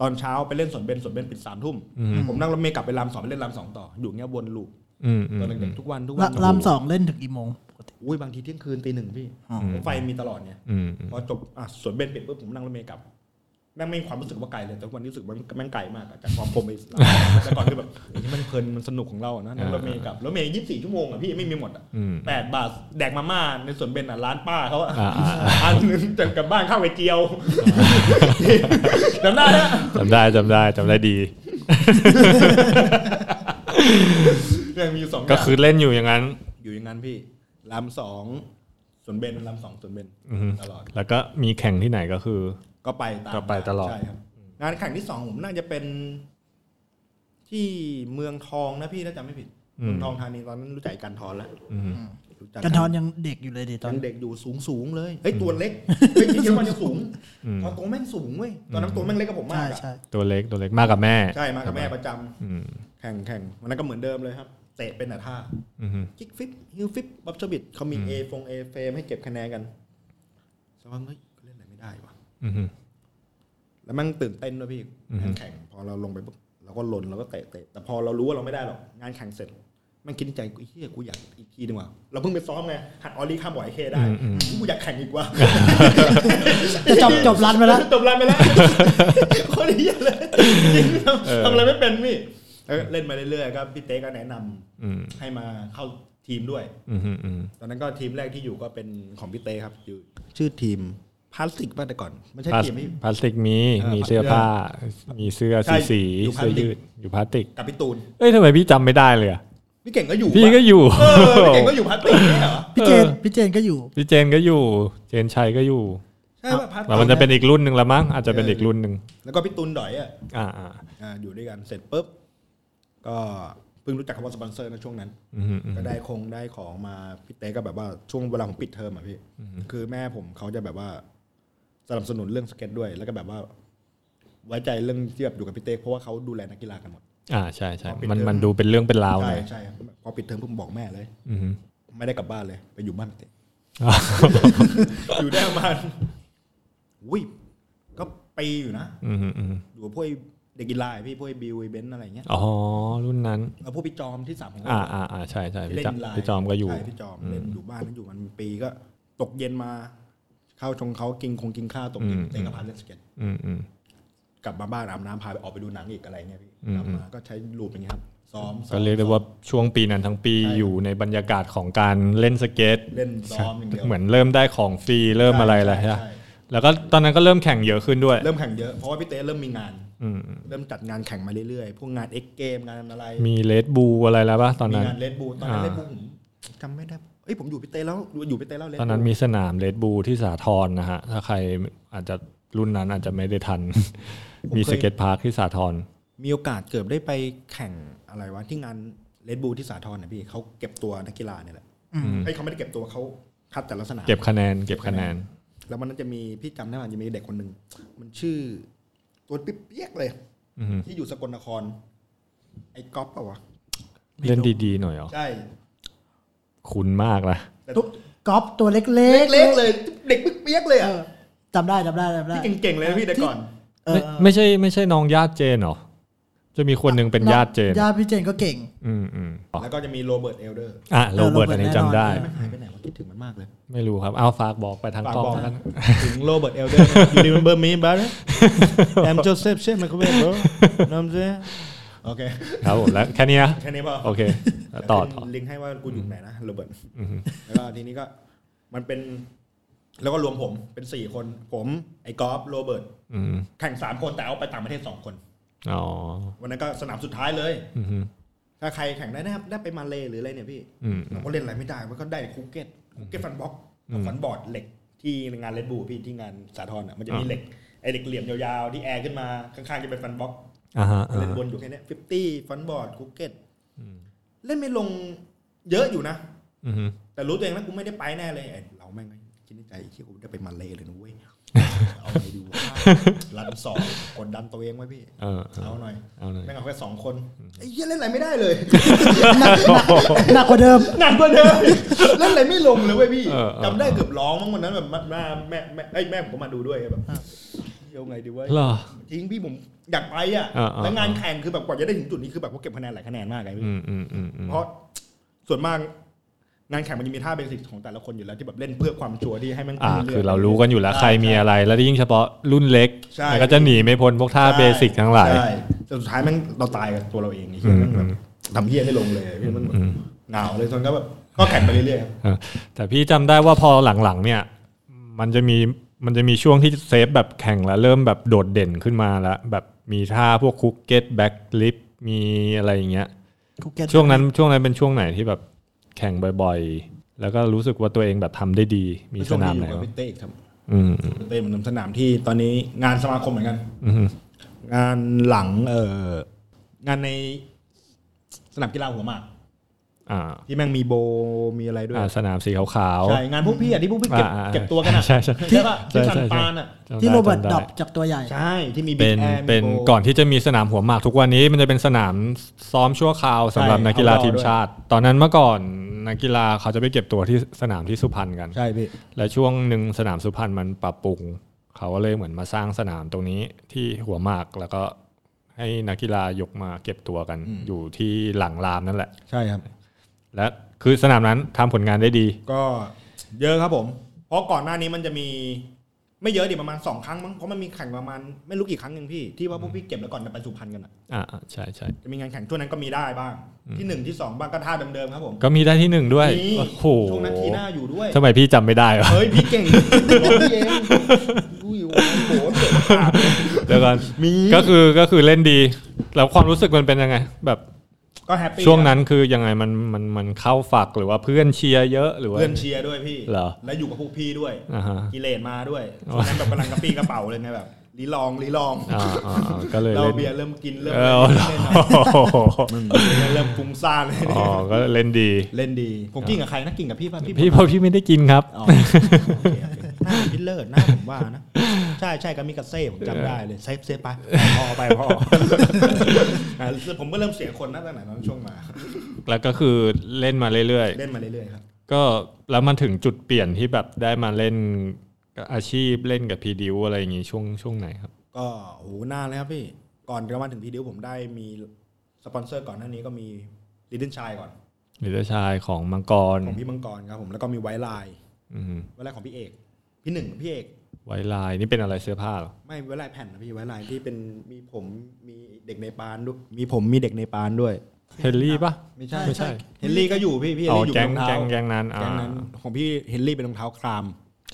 D: ตอนเช้าไปเล่นสวนเบนสวนเบนปิดสามทุ่ม
C: อืม
D: ผมนั่งรถเมย์กลับไปรามสองไปเล่นรามสองต่ออยู่เงี้ยวนลูป
C: อืมอืม
D: ตอน
C: อื
D: เด็
C: ม
D: กๆทุกวันทุก
B: ละ
D: วัน
B: ลำสองเล่นถึงกี่โมงปกติ
D: อุ้ยบางทีเที่ยงคืนตีหนึ่งพี่
B: อ๋อ
D: ไฟมีตลอดเนี่ย
C: อืม
D: พอจบอ่ะสวนเบนปิดปุ๊บผมนั่งรถเมย์กลับแม่งไม่มีความรู้สึกว่าไกลเลยแต่ทุกวันนี้รู้สึกว่าแม่งไกลมากอะจากความผมไป รามแต่ก่อนคือแบบนี่มันเพลินมันสนุกของเราอะนะนั่งรถเมย์กลับรถเมย์ยี่สิบสี่ชั่วโมงอะพี่ไม่มีหมดอะ
C: อืม
D: แปดบาทแดกมาม่าในสวนเบนอ่ะร้านป้าเขาอ่ะ
C: อ่า
D: อันหนึงจากกลับบ้านข้าวไข่เจียว จำได้นะ
C: จำได้จำได้จำได้ดี
D: ยังมีอยู่สอง
C: ก็คือเล่นอยู่อย่างนั้น
D: อยู่อย่างนั้นพี่รามสองสวนเบนรามสองสวนเบน
C: อืม
D: ตลอด
C: แล้วก็มีแข่งที่ไหนก็คือ
D: ก็ไปตาม
C: ก็ไปตลอด
D: ใช่ครับงานแข่งที่สองผมน่าจะเป็น ที่เมืองทองนะพี่ถ้าจำไม่ผิดเมืองทองธานีตอนนั้นรู้จักไอ้กันทอนแล้ว
C: อืม
D: รู้จัก
B: กันทอนยังเด็กอยู่เลยดิตอน
D: ยังเด็กอยู่สูงสูงๆเลย เฮ้ยตัวเล็ก เฮ้ยจริงๆมันยังสูง
C: อืม
D: ตอนโตวแม่งสูงเว้ย ตอนนั้นตัวแม่งเล็กกับผมมา
B: ใช่
D: กอะ
B: ใช่
C: ตัวเล็กตัวเล็กมากกับแม่
D: ใช่มากับแม่ประจำ
C: อืม
D: แข่งแข่งวันนั้นก็เหมือนเดิมเลยครับ เตะเป็นแต่ท่า
C: อืม
D: คิกฟิปฮิวฟิปบับชบิดเขามีเอฟงเอเฟมให้เก็บคะแนนกันสักพักเฮ้ยเล่นอะไรไม่ได้วะ
C: อืม
D: แล้วแม่งตื่นเต้นด้วยพี่
C: อืม
D: งานแข่ง พอเราลงไปปุ๊บเราก็หล่นเราก็เตะเตะแต่พอเรารู้ว่าเราไม่ได้หรอกงานแข่งเสร็จแม่งคิดในใจกูเฮียกูอยากอีกทีหนึงว่ะเราเพิ่งไปซ้อมไงหัดออลลี่ข้ามบ่อยเคได้กูอยากแข่งอีกว่ะ
B: จะจบจบรันไปแล้ว
D: จบรันไปแล้ว คนเดียเลยจริงๆทำทำอะไรไม่เป็นพี่ แล้วเล่นมาเรื่อยๆก็พี่เต้ก็แนะนำ
C: อืม
D: ให้มาเข้าทีมด้วย
C: อืมอืมอืม
D: ตอนนั้นก็ทีมแรกที่อยู่ก็เป็นของพี่เต้ครับอยู่ชื่อทีมพลาสติกป่ะแต่ก่อนไม่ใช่
C: พลาส
D: ทีมที่
C: พลาสติกมี
D: เออ
C: มีเสื้อผ้า มีเสื้อ
D: ใช่
C: สีสี
D: อยู่พลา
C: เสื้อ
D: สติก
C: ยืดอยู่พลาสติก
D: กับพี่ตูน
C: เอ้ยทำไมพี่จำไม่ได้เลยอะ
D: พี่เก่งก็อยู่
C: พี่ก็
D: ปะ
C: อยู่
D: เอ อพี่เก่งก็อยู่พลาสติกเนี่ยเหรอ
B: พี่เจนพี่เจนก็อยู่
C: พี่เจนก็อยู่ เจนชัยก็อยู่
D: ใช่ป่ะพลาสติ
C: แต่
D: ก
C: มันจะเป็นอีกรุ่นหนึ่งละมั้งอาจจะเป็นอีกรุ่นหนึ่ง
D: แล้วก็พี่ตูนดอยอ่ะ
C: อ่าอ่า
D: อ่าอยู่ด้วยกันเสร็จปุ๊บก็เพิ่งรู้จักคำว่าสปอนเซอร์นะช่วงนั้น
C: อืมอืมอืม
D: ก็ได้คงได้ของมาพี่เต้ก็แบบว่าช่วงเวลาของปิดเทอมอ่ะพี่ คือแม่ผมเขาจะแบบว่าสนับสนุนเรื่องสเก็ตด้วย แล้วก็แบบว่า ไว้ใจเรื่องที่แบบอยู่กับพี่เต้เพราะว่าเขาดูแลนักกีฬากันหมด
C: อ่าใช่ใช่
D: พอปิด
C: มัน
D: เทอม
C: มันดูเป็นเรื่องเป็นราวห
D: ใช่
C: น่อย
D: ใช่ครับพอปิดเทอมผมบอกแม่เลย
C: อือฮึ
D: ไม่ได้กลับบ้านเลย ไปอยู่บ้านพี่เต้ อยู่ได้ประมาณอุ้ยก็ปีอยู่นะ
C: อือฮึอือฮึ
D: อยู่กับพวกไอ้เด็กกีฬาไอ้พี่พวกไอ้บิวไอ้เบนซ์อะไรเงี้ย
C: อ๋อรุ่นนั้น
D: แล้วพวกพี่จอมที่สามของเรา
C: อ่าอ่าอ่าใช่ใช่พี่
D: เล่น
C: จอม
D: ไลน์
C: พี่จอมก็อยู่
D: ใช่พี่จอมเล่นอยู่บ้านนั้นอยู่มันปีก็ตกเย็นมา เข้าชงเขากินคงกินข้าวตกเย็น
C: อืม
D: เต้นกับพาเล่นสเก็ต
C: อืมอืม
D: กลับมาบ้านอาบน้ำพาไปออกไปดูหนังอีกอะไรเงี้ยพี่
C: อืม
D: กลับมาก็ใช้ลูปอย่างเงี้ยครับ ซ้อมซ้อม
C: ก็เรียกได้ว่าช่วงปีนั้นทั้งปี
D: ใช่ครับ
C: อยู่ในบรรยากาศของการเล่นสเก็ต
D: เล่นซ้อมอย่างเดียว
C: เหมือนเริ่มได้ของฟรีเริ่มอะไรแล้ว
D: ใช่
C: ใช่ปะ
D: ใช่
C: แล้วก็ตอนนั้นก็เริ่มแข่งเยอะขึ้นด้วย
D: เริ่มแข่งเยอะเพราะว่าพี่เต้เริ่มมีงาน
C: อืม
D: เริ่มจัดงานแข่งมาเรื่อยๆ พวกงานเอ็กเกมงานอะไร
C: มีเลดบูอะไรแล้วปะตอน
D: มี
C: นั้น
D: งานเลดบูตอนนั้นเล
C: อ่า
D: ดบูผมจำไม่ได้เอ้ยผมอยู่พี่เต้แล้วอยู่พี่เต้แล้วเลด
C: ตอนนั้นมีสนามเลดบูที่สาทรนะฮะถ้าใครอาจจะรุ่นนั้นอาจจะไม่ได้ทัน มีสเก็ตพาร์คที่สาทร
D: มีโอกาสเกือบได้ไปแข่งอะไรวะที่งานเลดบูที่สาทรนะพี่เขาเก็บตัวนักกีฬาเนี่ยแหละ
B: อืม
D: ไอ้ยเขาไม่ได้เก็บตัวเขาคัดแต่ละสนาม
C: เก็บคะแนนเก็บคะแนน
D: แล้วมันจะมีพี่จำได้ว่าจะมีเด็กคนหนึ่งมันชื่อ ตัวปิ๊บเปียกเลย
C: อือฮึ
D: ที่อยู่สกลนคร ไอ้ก๊อฟเปล่าวะ
C: เล่นดีๆหน่อยเหรอ
D: ใช่
C: คุ้นมากนะ
D: แต่
B: ตุ๊กกอล์ฟตัวเล็กๆ
D: เล็กๆเลย เด็กปิ๊บเปียกเลย
B: เอ
D: อ่ะ
B: อจำได้จำได้จำได้
D: ที่เก่งๆเลยนะพี่แต่ก่อน
B: เออ
C: ไม่ไม่ใช่ไม่ใช่น้องญาติเจนเหรอ จะมีคนหนึ่งเป็นญาติเจน
B: ญาติพี่เจนก็เก่ง
C: อืมอืมอ๋อ
D: แล้วก็จะมีโรเบิร์ตเอลเดอร์
C: อ่ะโรเบิร์ต
B: เออโรเบิร์ต
C: อันนี้จำได้
B: แน่นอน
D: มันหายไปไหนวะคิดถึงมันมากเลย
C: ไม่รู้ครับ เอาฝากบอกไปทาง
D: ฝาก
C: กล้อง
D: บอก
C: แล้วกัน
D: ถึงโรเบิร์ตเอลเดอร์ you remember me b r o t h e r I'm Joseph s h e m i c h a e l bro น้ำเจ๊ โอเค
C: ครับผมแล้วแค่เนี้ย
D: แค่นี้พอ
C: โอเค ต่อต่อ
D: ขึ้นลิงก์ให้ว่ากูอยู่ไหนนะโรเบิร์ต
C: อือฮึ
D: แล้วก็ทีนี้ก็มันเป็น แล้วก็รวมผมเป็นสี่คน ผมไอ้กอล์ฟโรเบิร์ต
C: อืม
D: แข่งสามคนแต่เอาไปต่างประเทศสองคน
C: อ๋อ
D: วันนั้นก็สนามสุดท้ายเลย
C: อืม
D: ถ้าใครแข่งได้นะครับได้ไปมาเลย์หรืออะไรเนี่ยพี่
C: อืม
D: เราก็เล่นอะไรไม่ได้มันก็ได้คุกเก็ตคุกเก็ตฟันบล็อกกับฟันบอร์ดเหล็กที่งานเลดบูพี่ที่งานสาทรอ่ะมันจะมี
C: อ่า
D: เหล็กไอ้เหล็กเหลี่ยมยาวๆที่แอร์ขึ้นมาข้างๆจะเป็นฟันบล็อก
C: อ่าฮะอ่า
D: เล่น
C: ฮะ
D: วนอยู่แค่เนี้ฟิฟตี้ฟันบอร์ดคุกเก็ตเล่นไม่ลงเยอะอยู่นะ
C: อืม
D: แต่รู้ตัวเองแล้วกูไม่ได้ไปแน่เลยไอ้เราแม่งก็คิดในใจไอ้เชี่ยกูได้ไปมาเลยเลยนะเว้ย เอาไปดูว่ารันสองกดดันตัวเองไว้พี่
C: เออเออ
D: เอาหน่อย
C: เอาหน่อย
D: แม่งเอาแค่สองคนไอ้เหี้ยเล่นอะไรไม่ได้เลย
B: หนักกว่าเดิม
D: หนักกว่าเดิม เล่นอะไรไม่ลงเลยเว้ยพี่
C: เออเออ
D: จำได้เกือบร้องมั้งวันนั้นแบบแม่แม่แม่ไอ้ยแม่ผมก็มาดูด้วยแบบเหี้ยเอาไงดีวะ
C: เหรอ
D: จริงพี่ผมอยากไปอ่ะ
C: เออเออ
D: แล้วงานแข่งคือแบบกว่าจะได้ถึงจุดนี้คือแบบว่าเก็บคะแนนหลายคะแนนมากไงพี่
C: อืมอืมอืมอืม
D: เพราะส่วนมากงานแข่งมันจะมีท่าเบสิกของแต่ละคนอยู่แล้วที่แบบเล่นเพื่อความชัวร์ที่ให้มัน
C: อ่า
D: น
C: คือเรารู้กันอยู่แล้วใครมี
D: ช่
C: อะไร แล้วยิ่งเฉพาะรุ่นเล็ก
D: ใช่
C: มันก็จะหนีไม่พ้นพวกท่า
D: ใช่
C: เบสิกทั้งหลาย
D: ใช่จนสุดท้ายแม่งเราตายกับตัวเราเองนี่คือแม่งแบบทำเหี้ยไม่ลงเลยพี่มันแบบเหงาเลยจนก็แบบก็แข่งไปเรื่อยๆครับ
C: เออแต่พี่จำได้ว่าพอหลังๆเนี่ย มันจะมีมันจะมีช่วงที่เซฟแบบแข่งแล้วเริ่มแบบโดดเด่นขึ้นมาแล้วแบบมีท่าพวกคุกเก็ตแบ็กลิฟมีอะไรอย่างเงี้ย
B: คุกเก็ต
C: ช่วงนั้นช่วงนั้นเป็นช่วงไหนที่แบบแข่งบ่อยๆ แล้วก็รู้สึกว่าตัวเองแบบทำได้ดี มีสนามไหน
D: ช่วงที่อยู่กับ
C: บ้าง
D: พี่เต้อีกครับ
C: อืม
D: เต้เหมือนสนามที่ตอนนี้งานสมาคมเหมือนกัน
C: อืม
D: งานหลังเอองานในสนามกีฬาหัวหมาก
C: อ่า
D: ที่แม่งมีโบมีอะไรด้วย
C: อ่าสนามสีขาวๆ
D: ใช่งานพวกพี่อ่ะที่พวกพี่เก็บ
C: อ่าอ่า
D: เก็บตัวกันอ่ะ
C: ใช่ใช่
D: ที่ว่าที่
C: ใช่
D: สัน
C: ใช่
D: ปานอ่ะ
C: จำไ
B: ที่โรเบิร์ต
C: จำไ
B: ดรอปจับตัวใหญ่
D: ใช่ที่มีบิ๊
C: เป็
D: ก
C: น
D: แอร์
C: เป็นก่อนที่จะมีสนามหัวหมากทุกวันนี้มันจะเป็นสนามซ้อมชั่วคราวสำหรับนักกีฬาทีมชาติ ตอนนั้นเมื่อก่อนนักกีฬาเขาจะไปเก็บตัวที่สนามที่สุพรรณกัน
D: ใช่พี่
C: และช่วงหนึ่งสนามสุพรรณมันปรับปรุง เขาก็เลยเหมือนมาสร้างสนามตรงนี้ที่หัวหมากแล้วก็ให้นักกีฬายกมาเก็บตัวกันอยู่ที่หลังรามนั่นแหละ
D: ใช่ครับ
C: และคือสนามนั้นทำผลงานได้ดี
D: ก็เยอะครับผม เพราะก่อนหน้านี้มันจะมี ไม่เยอะดิประมาณสองครั้งมั้งเพราะมันมีแข่งประมาณไม่รู้กี่ครั้งเองพี่ที่ว่าพวกพี่เก็บแล้วก่อนจะไปสุพรรณกันอะ
C: อ่าอ่าใช่ใช่
D: จะมีงานแข่งช่วงนั้นก็มีได้บ้าง ที่หนึ่งที่สองบ้างก็ท่าเดิมๆครับผม
C: ก็มีได้ที่หนึ่งด้วย
D: มี
C: โอ้โห
D: ช่วงนั้นทีหน้าอยู่ด้วย
C: ทำไมพี่จำไม่ได้วะ
D: เฮ้ยพี่เก่งพี่เองดูอยู่โอ้โหเจ็บขาด
C: เดี๋ยวก่อน
D: มี
C: ก็คือก็คือเล่นดีแล้วความรู้สึกมันเป็นยังไง แบบ
D: ก็แฮปปี้
C: ช่วงนั้นคือยังไงมันมันมันเข้าฝักหรือว่าเพื่อนเชียร์เยอะหรือว่า
D: เพื่อนเชียร์ด้วยพี่
C: เหรอ
D: และอยู่กับพวกพี่ด้วย
C: อ่าฮะ
D: กิเลสมาด้วย
C: อ๋
D: ช่
C: อ
D: วงนั้นแบบกำลังกระปี้กระเป๋าเลยไงแบบลีลองลีลอง
C: อ่าอ่าอ่าก็เลย
D: เรา
C: เล่น
D: เบียร์เริ่มกินเริ่ม
C: เอ
D: เล่
C: อนเหรอ
D: เล่น
C: โอ้โห
D: เริ่มฟุ้งซ่านเลย
C: อ๋อก็เล่นดี
D: เล่นดี ผมกินกับใครนะกินกับพี่ป่ะพี่
C: พี่เพราะพี่ไม่ได้กินครับ
D: อ๋อโอเคโอเคหน้าพิลเลอร์หน้าผมว่านะ ใช่ใช่กามิกาเซ่ผมจำได้เลยเซฟเซฟไปพอไปพออ่ะ ผมก็เริ่มเสียคนนะตั้งแต่นั้นช่วงมา
C: แล้วก็คือเล่นมาเรื่อย
D: เล่นมาเรื่อยๆครับ
C: ๆ ก็แล้วมันถึงจุดเปลี่ยนที่แบบได้มาเล่นกับอาชีพเล่นกับพีดิวอะไรอย่างงี้ช่วงช่วงไหนครับ
D: ก็โหนานแล้วครับพี่ ก่อนจะมาถึงพีดิวผมได้มีสปอนเซอร์ก่อนหน้านี้ก็มีลิดินชายก่อน
C: หรือเจ้าชายของมังกร
D: ของพี่มังกรครับผมแล้วก็มีไวท์ไลน์
C: อืม
D: ไวท์ไลน์ของพี่เอก พี่หนึ่งพี่เอก
C: ไวลายนี่เป็นอะไรเสื้อผ้าเหรอ
D: ไม่ไวท์ไลน์แผ่นนะพี่ไวท์ไลน์ที่เป็นมีผมมีเด็กในปานด้วยมีผมมีเด็กในปานด้วย
C: เฮนรี่ปะ
D: ไม่ใช่
C: ไม่ใช่
D: เฮนรี่ก็อยู่พี่พี่เฮน
C: อ๋อ
D: รี่อยู่
C: แก๊ง
D: รอง
C: แก๊
D: เท้าง
C: แก๊งนั้นอ่า
D: แก๊งนั้นของพี่เฮนรี่เป็นรองเท้าคราม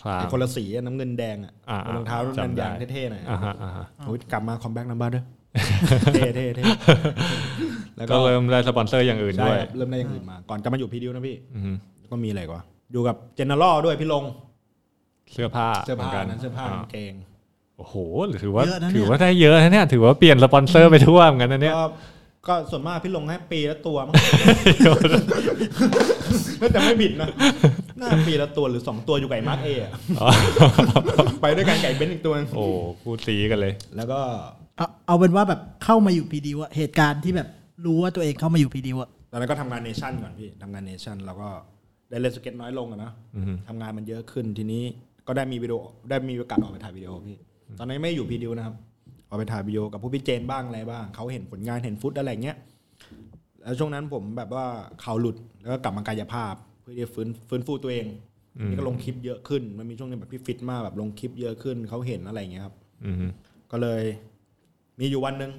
C: ครั
D: ไอ้
C: บ
D: คนละสีอะน้ำเงินแดงอะ
C: อ่า
D: เป็นรองเท้ารุ่นนั้น
C: จำได้
D: ยางเท่ๆหน่อย
C: อ่าฮะอ่าฮะ
D: โอ้ยกลับมาคอมแบ็กนัมเบอ ร์ด้วยเท่ๆเท่ๆแล้วก็
C: ก็เริ่มได้สปอนเซอร์อย่างอื่น
D: ใช่
C: ด้วย
D: ครับเริ่มได้อย่างอื่นมา ก่อนจะมาอยู่พีดิวนะพี่
C: อืม
D: ก็มีอะไรอีกวะอยู่กับเจเนอเรลด้วยพี่ลง
C: เสื้อผ้า
D: เสื้อ
C: ห
D: ผ้า
C: มืกั
D: นั้นเสื้อผ้ากางเกง
C: โอ้โหถือว่า
E: เยอะนะเนี่ย
C: ถือว่าได้เยอะนะเนี่ยถือว่าเปลี่ยนสปอนเซอร์ไปทั่วเหมือนกันนะเนี่ย
D: ก็ก็ส่วนมากพี่ลงให้ปีละตัวมั้ง น่าจะไม่ผิดนะ น่าปีละตัวหรือสองตัวอยู่ไก่มาร์กเอะ
C: อ๋อ
D: ไปด้วยกันไก่เบนซ์อีกตัวหนึ่ง
C: โอ้พูดสีกันเลย
D: แล้วก็
E: เอาเอาเป็นว่าแบบเข้ามาอยู่พีดีวะเหตุการณ์ที่แบบรู้ว่าตัวเองเข้ามาอยู่พีดีวะ
D: ตอนนั้นก็ทำงานเนชั่นก่อนพี่ทำงานเนชั่นแล้วก็ได้เล่นสเก็ตน้อยลงอะนะทำงานมันเยอะขึ้นทีนี้ก็ได้มีวิดีโอได้มีโอกาสออกไปถ่ายวิดีโอพี่ ตอนนั้นไม่อยู่พีดิวนะครับออกไปถ่ายวิดีโอกับผู้พี่เจนบ้างอะไรบ้างเขาเห็นผลงานเห็นฟุตอะไรเงี้ยแล้วช่วงนั้นผมแบบว่าเข่าหลุดแล้วก็กลับมากายภาพ เพื่อที่จะฟื้นฟื้นฟูตัวเองนี่ก็ลงคลิปเยอะขึ้นมันมีช่วงหนึงแบบพี่ฟิตมากแบบลงคลิปเยอะขึ้นเขาเห็นอะไรเงี้ยครับ
C: อืม
D: ก็เลยมีอยู่วันหนึ่ง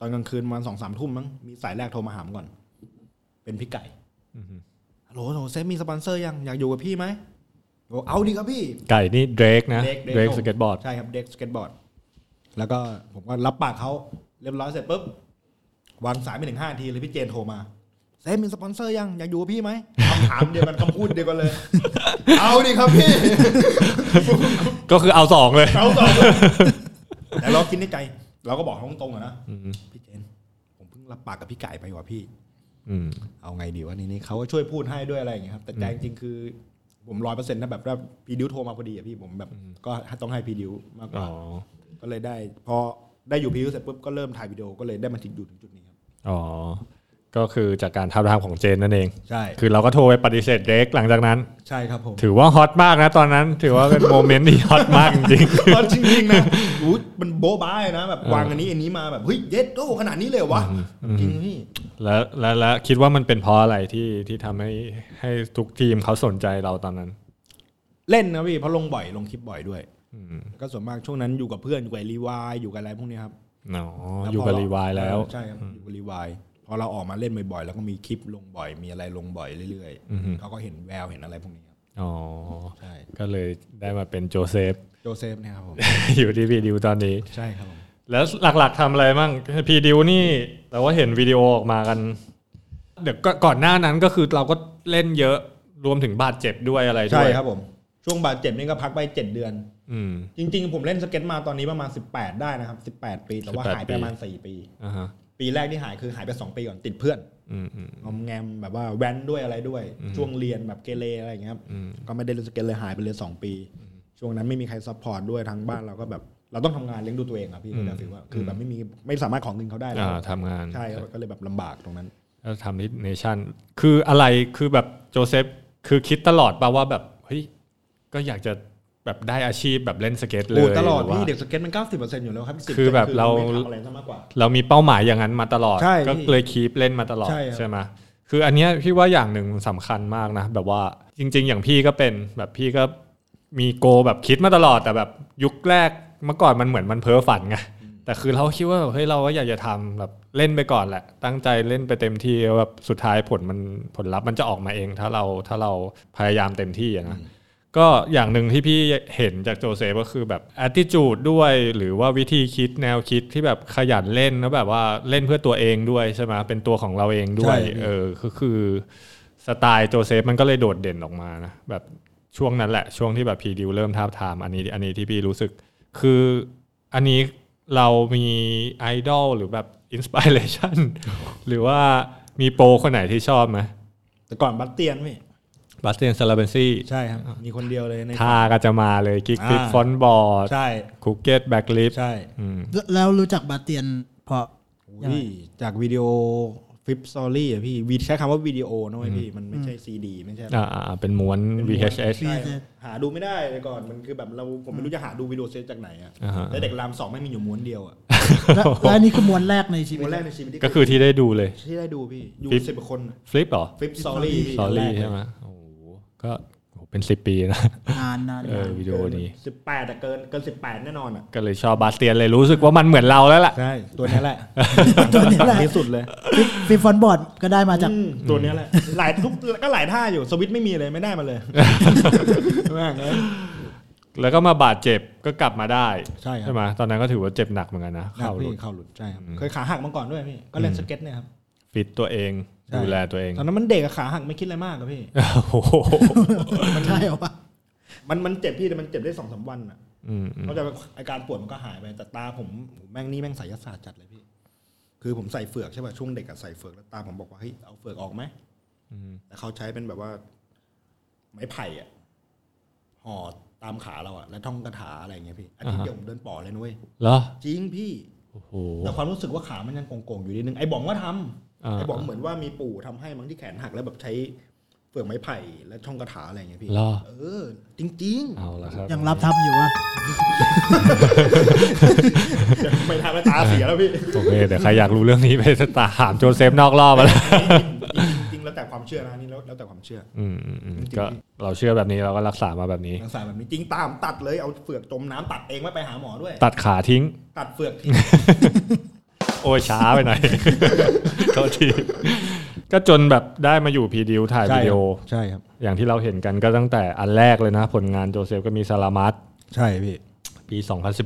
D: ตอนกลางคืนประมาณสองสามทุ่มมั้งมีสายแรกโทรมาหามก่อน เป็นพี่ไก่
C: อือฮึ
D: ฮัลโหลฮัลโหลเซฟมีสปอนเซอร์ยังอยากอยู่กับพี่ไหมบอกเอาดีครับพี่
C: ไก่นี่เดรกนะ
D: เด็ก
C: เดรกสเก็ตบอร์ด
D: ใช่ครับเด็กสเก็ตบอร์ด แล้วก็ผมก็รับปากเขาเรียบร้อยเสร็จปุ๊บวางสายไม่ถึงห้านาทีเลยพี่เจนโทรมาเซฟมีสปอนเซอร์ยังอยากอยู่กับพี่ไหมคำถามเดียวกันคำพูดเดียวกันเลย เอาดิครับพี่
C: ก็คือเอาสองเลย
D: เราสองคนแต่เราคิดในใจ เราก็บอกตรงๆอะนะพี่เจน ผมเพิ่งรับปากกับพี่ไก่ไปว่ะพี่
C: อืม
D: เอาไงดีวะนี่นี่เขาก็ช่วยพูดให้ด้วยอะไรอย่างเงี้ยครับแต่ใจจริงๆคือ ผมร้อยเปอร์เซ็นต์นะแบบว่าพีดิวโทรมาพอดีอะพี่ผมแบบ ก็ต้องให้พีดิวมากก
C: อ๋
D: ว่า
C: อ
D: ก็เลยได้ พอได้อยู่พีดิวเสร็จปุ๊บก็เริ่มถ่ายวิดีโอก็เลยได้มาถึงอยู่ถึงจุดนี้ครับ
C: อ๋อก็คือจากการท้าทามของเจนนั่นเอง
D: ใช่
C: คือเราก็โทรไปปฏิเสธเดรกหลังจากนั้น
D: ใช่ครับผม
C: ถือว่าฮอตมากนะตอนนั้น ถือว่าเป็นโมเมนต์ที่ฮอตมากจริง
D: ตอนจริงๆนะ อู้มันโบ๊ะบ้ายนะแบบวางอันนี้อันนี้มาแบบเฮ้ยเย็ดโอ้ขนาดนี้เลยเหรอวะจริงพี่
C: แล้วแล้วแล้วคิดว่ามันเป็นเพราะอะไรที่ที่ทำให้ให้ทุกทีมเขาสนใจเราตอนนั้น
D: เล่นนะพี่เพราะลงบ่อยลงคลิปบ่อยด้วย
C: อืม
D: ก็ส่วนมากช่วงนั้นอยู่กับเพื่อนอยู่กับรีวายอยู่กับอะไรพวกเนี้ยครับ
C: อ๋อ
D: แล้
C: อยู่
D: พ
C: กับ
D: เ
C: รีวายแล้ว
D: ใช่ครับอยู่กับรีวายพอเราออกมาเล่นบ่อยๆแล้วก็มีคลิปลงบ่อย มีอะไรลงบ่อยเรื่อย
C: อือฮึ
D: ๆเขาก็เห็นแววเห็นอะไรพวกนี้ครับ
C: อ๋อ
D: ใช่
C: ก็เลยได้มาเป็นโจเซฟ
D: โจเซฟเนะครับผม
C: อยู่ที่พีดิวตอนนี้
D: ใช่ครับผม
C: แล้วหลักๆทำอะไรมั่งพีดิวนี่ แต่ว่าเห็นวิดีโอออกมากัน เดี๋ยวก็ก่อนหน้านั้นก็คือเราก็เล่นเยอะรวมถึงบาดเจ็บด้วยอะไรด้วย
D: ใช่ครับผม ช่วงบาดเจ็บนี่ก็พักไปเจ็ดเดือน
C: อืม
D: จริงๆ ผมเล่นสเก็ตมาตอนนี้ประมาณ 18 ได้นะครับ 18 ปีแต่ว่า
C: 18
D: หายไปประมาณสี่ปี
C: อ่าฮะ
D: ปีแรกที่หายคือหายไปสองปีก่อนติดเพื่อน
C: อืมอืม
D: งอมแงมแบบว่าแว้นด้วยอะไรด้วย ช่วงเรียนแบบเกเรอะไรอย่างเงี้ยครับ
C: อืม
D: ก็ไม่ได้เล่นสเก็ตเลยหายไปเลยสองปี ช่วงนั้นไม่มีใครซัพพอร์ตด้วยทางบ้านเราก็แบบ เราต้องทำงานเลี้ยงดูตัวเองอะพี่
C: อืม
D: เดาฟิวว่าคือแบบไม่มีไม่สามารถของเงินเขาได้แล้ว
C: อ่าทำงาน
D: ใช่ครับก็เลยแบบลำบากตรงนั้น
C: แล้วทำที่เนชั่น คืออะไรคือแบบโจเซฟคือคิดตลอดป่าว่าแบบเฮ้ยก็อยากจะแบบได้อาชีพแบบเล่นสเก็ตเล
D: โอ้
C: ย
D: ตลอด
C: หรืว่า
D: พี่เด็กสเก็ตมัน 90%อยู่แล้วครับ10%
C: คือแบบเรา
D: ไม่ทำอะไรซะมากกว่า
C: เรามีเป้าหมายอย่างนั้นมาตลอด
D: ใช่
C: ก็เลยคีปเล่นมาตลอด
D: ใช่ครับ
C: ไหมคืออันเนี้ยพี่ว่าอย่างหนึ่งสำคัญมากนะ แบบว่าจริง ๆ อย่างพี่ก็เป็นแบบพี่ก็ มีโกแบบคิดมาตลอดแต่แบบยุคแรกเมื่อก่อนมันเหมือนมันเพ้อฝันไงแต่คือเราคิดว่าแบบเฮ้ยเราก็อยากจะทำแบบเล่นไปก่อนแหละ ตั้งใจเล่นไปเต็มที่แล้วแบบสุดท้ายผลมันผลลัพธ์มันจะออกมาเอง ถ้าเราถ้าเราพยายามเต็มที่อะนะ ก็อย่างหนึ่งที่พี่เห็นจากโจเซฟก็คือแบบ attitude ด้วยหรือว่าวิธีคิดแนวคิดที่แบบขยันเล่นแล้วแบบว่าเล่นเพื่อตัวเองด้วยใช่ไหมเป็นตัวของเราเองด้วย
D: ใช่พี่
C: เออก็คือสไตล์โจเซฟมันก็เลยโดดเด่นออกมานะแบบช่วงนั้นแหละ ช่วงที่แบบพีดิวเริ่มท้าบทามอันนี้อันนี้ที่พี่รู้สึก คืออันนี้เรามีไอดอลหรือแบบอินสปิเรชัน หรือว่ามีโปรคนไหนที่ชอบไหม
D: แต่ก่อนบัตเตียนพี่
C: บาสเตียนซาลาเบนซี่
D: ใช่ครับ มีคนเดียวเลยใน
C: ท่าก็จะมาเลยกิกฟิก
D: อ่า
C: ฟอนบอร์ด
D: ใช่
C: คุกเก็ตแบ็กลิฟ
D: ใช่
E: แล้วแล้วรู้จักบาเตียนเพราะ ยังไง
D: พี่จากวิดีโอฟิปซอรี่อะพี่วีใช้คำว่าวิดีโอนะเว้ยพี่มันไม่ใช่ซีดีไม่ใช่
C: อ่าๆเป็นม้วน VHS
D: ใช่ครับหาดูไม่ได้แต่ก่อนมันคือแบบเราผมไม่รู้จะหาดูวิดีโอเซตจากไหนอะ
C: อ่าฮะ
D: แต่เด็กรามสองไม่งมีอยู่ม้วนเดียวอะ
E: แล้ว แล้วอันนี้คือมวนแรกในชีวิต
D: ม้วนแรกในชีวิตที่
C: ก็คือที่ได้ดูเลย
D: ที่ได้ดูพี่อยู่
C: ฟิป
D: สิบกว่าคน
C: ฟลิปเหรอ
D: ฟิปซอรี่
C: สอรี่ใช่ไหมโอ้โหก็โอ้โหเป็น 10 ปีนะ
E: นานนาน
C: เออวิดีโอนี้
D: สิบแปดแต่เกินเกินสิบแปดแน่นอนอะ
C: ก็เลยชอบบาสเตียนเลยรู้สึกว่ามันเหมือนเราแล้วล่ะ
D: ใช่ตัวนี้แหละ
E: ตัวนี้แหละ
D: ที่สุดเลย
E: ฟิฟฟิฟฟอนบอร์ดก็ได้มาจาก
D: อืมตัวเนี้ยแหละ หลายทุกก็หลายท่าอยู่สวิตช์ไม่มีเลยไม่ได้มาเลยแม่งเอ้ย
C: แล้วก็มาบาดเจ็บก็กลับมาได้
D: ใช่ครับ
C: ไหมตอนนั้นก็ถือว่าเจ็บหนักเหมือนกันนะ
D: หนัก
C: เข่าห
D: พี่
C: ลุด
D: เข่าหลุดใช่ครับ
C: อืม
D: เคยขาหักมาก่อนด้วยพี่ก็เล่นสเก็ตเนี่ยครับ
C: ฟิตตัวเองดูแลตัวเอง
D: ตอนนั้นมันเด็กอะขาหักไม่คิดอะไรมากอะพี่
C: โอ้โห
E: ใช่เหรอวะ
D: มันมันเจ็บพี่แต่มันเจ็บได้สองสามวันอะ
C: อืม
D: นอกจากอาการปวดมันก็หายไปแต่ตาผมแม่งนี่แม่งไสายศาสตร์จัดเลยพี่ คือผมใส่เฟือกใช่ป่ะช่วงเด็กอะใส่เฟือกแล้วตาผมบอกว่าเฮ้ยเอาเฟือกออกไหมแต่เขาใช้เป็นแบบว่า ไม้ไผ่อะห่อตามขาเราอะแล้วท่องคาถาอะไรอย่างเงี้ยพี่อาทิตย์เดียวผมเดินป่อเลยนุ้ย
C: ๆเหรอ
D: จริงพี่
C: โอ้โห
D: แต่ความรู้สึกว่าขามันยังโก่งๆอยู่นิดนึงไอ้บองว่าทำ
C: อ่า
D: ไอ้บองเหมือนว่ามีปู่ทำให้มั้งที่แขนหักแล้วแบบใช้เฟือกไม้ไผ่และช่องกระถาอะไรอย่างเงี้ยพี่
C: เหรอ
D: เออ จริง
C: เอาละครับ
E: ยังรับทำอยู่วะ
D: ๆ ไม่ทำแล้วตาเสียแล้วพี่
C: โอเคเดี๋ยวใครอยากรู้เรื่องนี้ไปตามหามโจเซฟนอกรอบมา แล้ว
D: จริงๆแล้วแต่ความเชื่อนะนี่แล้วแล้วแต่ความเชื่อ
C: อืมอืมอืมก็เราเชื่อแบบนี้เราก็รักษามาแบบนี้
D: ทางสายแบบนี้จริงตามตัดเลยเอาเฟือกจมน้ำตัดเองไม่ไปหาหมอด้วย
C: ตัดขาทิ้ง
D: ตัดเฟือกทิ้ง
C: โอ้ยช้าไปหน่อย โทษที ก็จนแบบได้มาอยู่พีดิวถ่ายวิดีโอ
D: ใช่ครับ
C: อย่างที่เราเห็นกันก็ตั้งแต่อันแรกเลยนะ ผลงานโจเซฟก็มีซาลามัต
D: ใช่พี่
C: ปี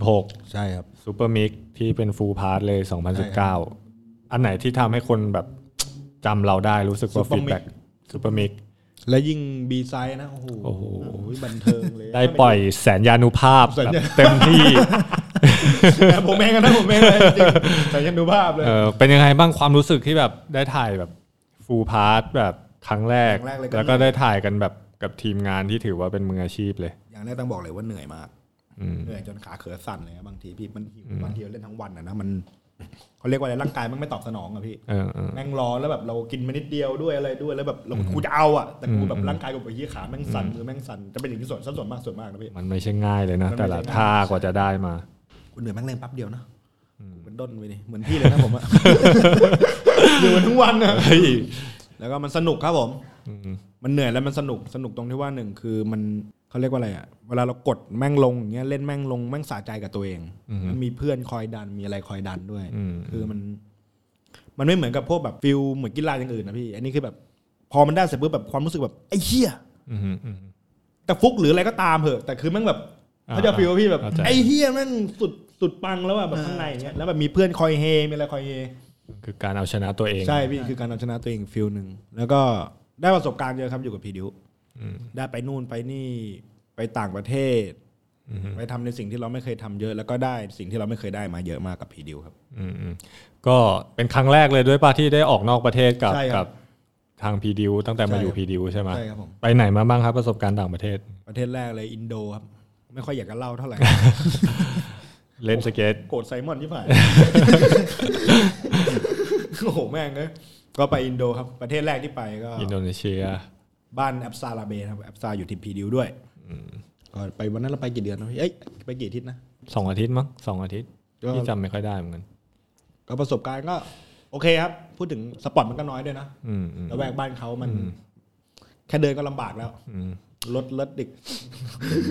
C: 2016
D: ใช่ครับ
C: ซูเปอร์มิกที่เป็นฟูลพาร์ทเลย 2019 อันไหนที่ทำให้คนแบบจำเราได้รู้สึกว่า
D: Super
C: ฟีด
D: Mix
C: แบ็กซูเปอร์มิก
D: และยิ่งบีไซด์นะโอ้โห
C: โอ้โห
D: บันเทิงเลย
C: ได้ปล่อยแสนยานุภาพ
D: สัญ
C: แบบ
D: ญา
C: เต็ม ที่
D: ผมเองนะผมเองเลย จริงแต่ยังดูภาพเลย
C: เออเป็นยังไงบ้างความรู้สึกที่แบบได้ถ่ายแบบฟูลพาร์ทแบบครั้งแรก
D: ครั้งแรกเลย
C: แล้วก็ได้ถ่ายกันแบบกับทีมงานที่ถือว่าเป็นมืออาชีพเลย
D: อย่างแรกต้องบอกเลยว่าเหนื่อยมาก
C: อืม
D: เหนื่อยจนขาเขือสั่นเลยนะบางทีพี่มันหิวบางทีเราเล่นทั้งวันอะนะมันเขาเรียกว่าอะไรร่างกายมันไม่ตอบสนองอะพี่
C: เออเออ
D: แม่งร้อนแล้วแบบเรากินมานิดเดียวด้วยอะไรด้วยแล้วแบบเรากูจะเอาอะแต่กูแบบร่างกายกูไปยี่ขาแม่งสั่นมือแม่งสั่นจะเป็นอย่างที่ส่วนส่วนมากส่วนมากนะพี่
C: มันไม่ใช่ง่ายเลยนะ
D: มันไม่
C: แต่
D: ใช่
C: ละ
D: ง่าย
C: ท่ากว่าจะได้มา
D: กูเหนื่อยแม่งเล่นแป๊บเดียวนะกูเหมือนด้นไปนี่เหมือนพี่เลยนะผม อะ อยู่ทั้งวันอะแล้วก็มันสนุกครับผม
C: อืม
D: มันเหนื่อยแล้วมันสนุกสนุกตรงที่ว่าหนึ่งคือมันเขาเรียกว่าอะไรอ่ะเวลาเรากดแม่งลงอย่างเงี้ยเล่นแม่งลงแม่งสะใจกับตัวเองมันมีเพื่อนคอยดันมีอะไรคอยดันด้วย
C: อืม
D: คือมัน มันไม่เหมือนกับพวกแบบฟิลเหมือนกีฬาอย่างอื่นนะพี่ อันนี้คือแบบ พอมันได้เสร็จปุ๊บแบบความรู้สึกแบบไอ้เหี้ย
C: อืมอืม
D: แต่ฟุกหรืออะไรก็ตามเหอะแต่คือแม่งแบบ
C: อ่า
D: เขาใจะฟิลพี่แบบ
C: เข้าใจ
D: ไอ้เหี้ยแม่งสุดสุดปังแล้วอะแบบข้างในเนี้ยแล้วแบบมีเพื่อนคอยเฮมีอะไรคอยเฮ
C: คือการเอาชนะตัวเอง
D: ใช่พี่คือการเอาชนะตัวเองฟิลหนึ่งแล้วก็ได้ประสบการณ์เยอะครับอยู่กับพีดิวได้ไปนู่นไปนี่ไปต่างประเทศ ไปทำในสิ่งที่เราไม่เคยทำเยอะแล้วก็ได้สิ่งที่เราไม่เคยได้มาเยอะมากกับพีดิวครับ
C: อืมอืมก็เป็นครั้งแรกเลยด้วยป่ะที่ได้ออกนอกประเทศกับ
D: ใช่ครั
C: กับ
D: บ
C: ทางพีดิวตั้งแต่มาอยู่
D: ใช่ครับ
C: พีดิวใช่ไหม
D: ใช่ครับผม
C: ไปไหนมาบ้างครับประสบการณ์ต่างประเทศ
D: ประเทศแรกเลยอินโดครับ ไม่ค่อยอยากจะเล่าเท่าไหร่
C: เล่นสเก็ต
D: โกรธไซมอนที่ ผ่าน โอ้โหแม่งเลยก็ไปอินโดครับประเทศแรกที่ไปก็
C: อินโดนีเซีย
D: บ้านแอปซาลาเบครับแอปซาอยู่ที่พีดิวด้วยก็ไปวันนั้นเราไปกี่เดือนนะพี่เอ้ยไปกี่อาทิตย์นะ
C: สองอาทิตย์มั้งสองอาทิตย์
D: ก็
C: ที่จำไม่ค่อยได้เหมือนกัน
D: ก็ประสบการณ์ก็ โอเคครับ พูดถึงสปอร์ตมันก็น้อยด้วยนะ
C: อืมอืม
D: แล้วแวกบ้านเขามัน แค่เดินก็ลำบากแล้ว
C: อืม
D: รถรถดิก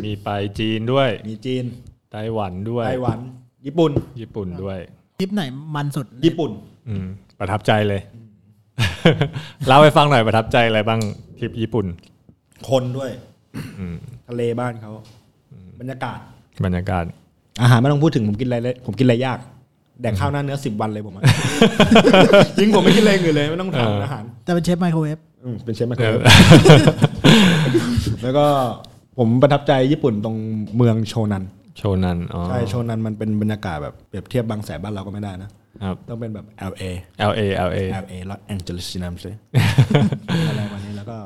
C: มีไปจีนด้วย
D: มีจีน
C: ไต้หวันด้วย
D: ไต้หวัน ญี่ปุ่น
C: ญี่ปุ่นด้วย
E: คลิปไหนมันสุด
D: ญี่ปุ่น
C: อืมประทับใจเลย เล่าให้ฟังหน่อยประทับใจอะไรบ้างทริปญี่ปุ่น
D: คนด้วย
C: อืม
D: ทะเลบ้านเขาบรรยากาศ
C: บรรยากาศ
D: อาหารไม่ต้องพูดถึงผมกินอะไรเลยผมกินอะไรยากแดกข้าวหน้าเนื้อสิบวันเลยผมอะ ยิงผมไม่กินอะไรอื่นเลยไม่ต้องถาม
C: เออ
D: อาหาร
E: แต่เป็นเชฟไมโครเวฟ
D: อืมเป็นเชฟไมโครเวฟ แล้วก็ผมประทับใจญี่ปุ่นตรงเมืองโชนัน
C: โชนันอ๋อ
D: ใช่โชนันมันเป็นบรรยากาศแบบเปรียบเทียบบางแสนบ้านเราก็ไม่ได้นะ
C: ครับ
D: ต้องเป็นแบบ LA
C: LA LA
D: LA ลอสแองเจลิสนาม เซ อะไรวันนี้แล้วก็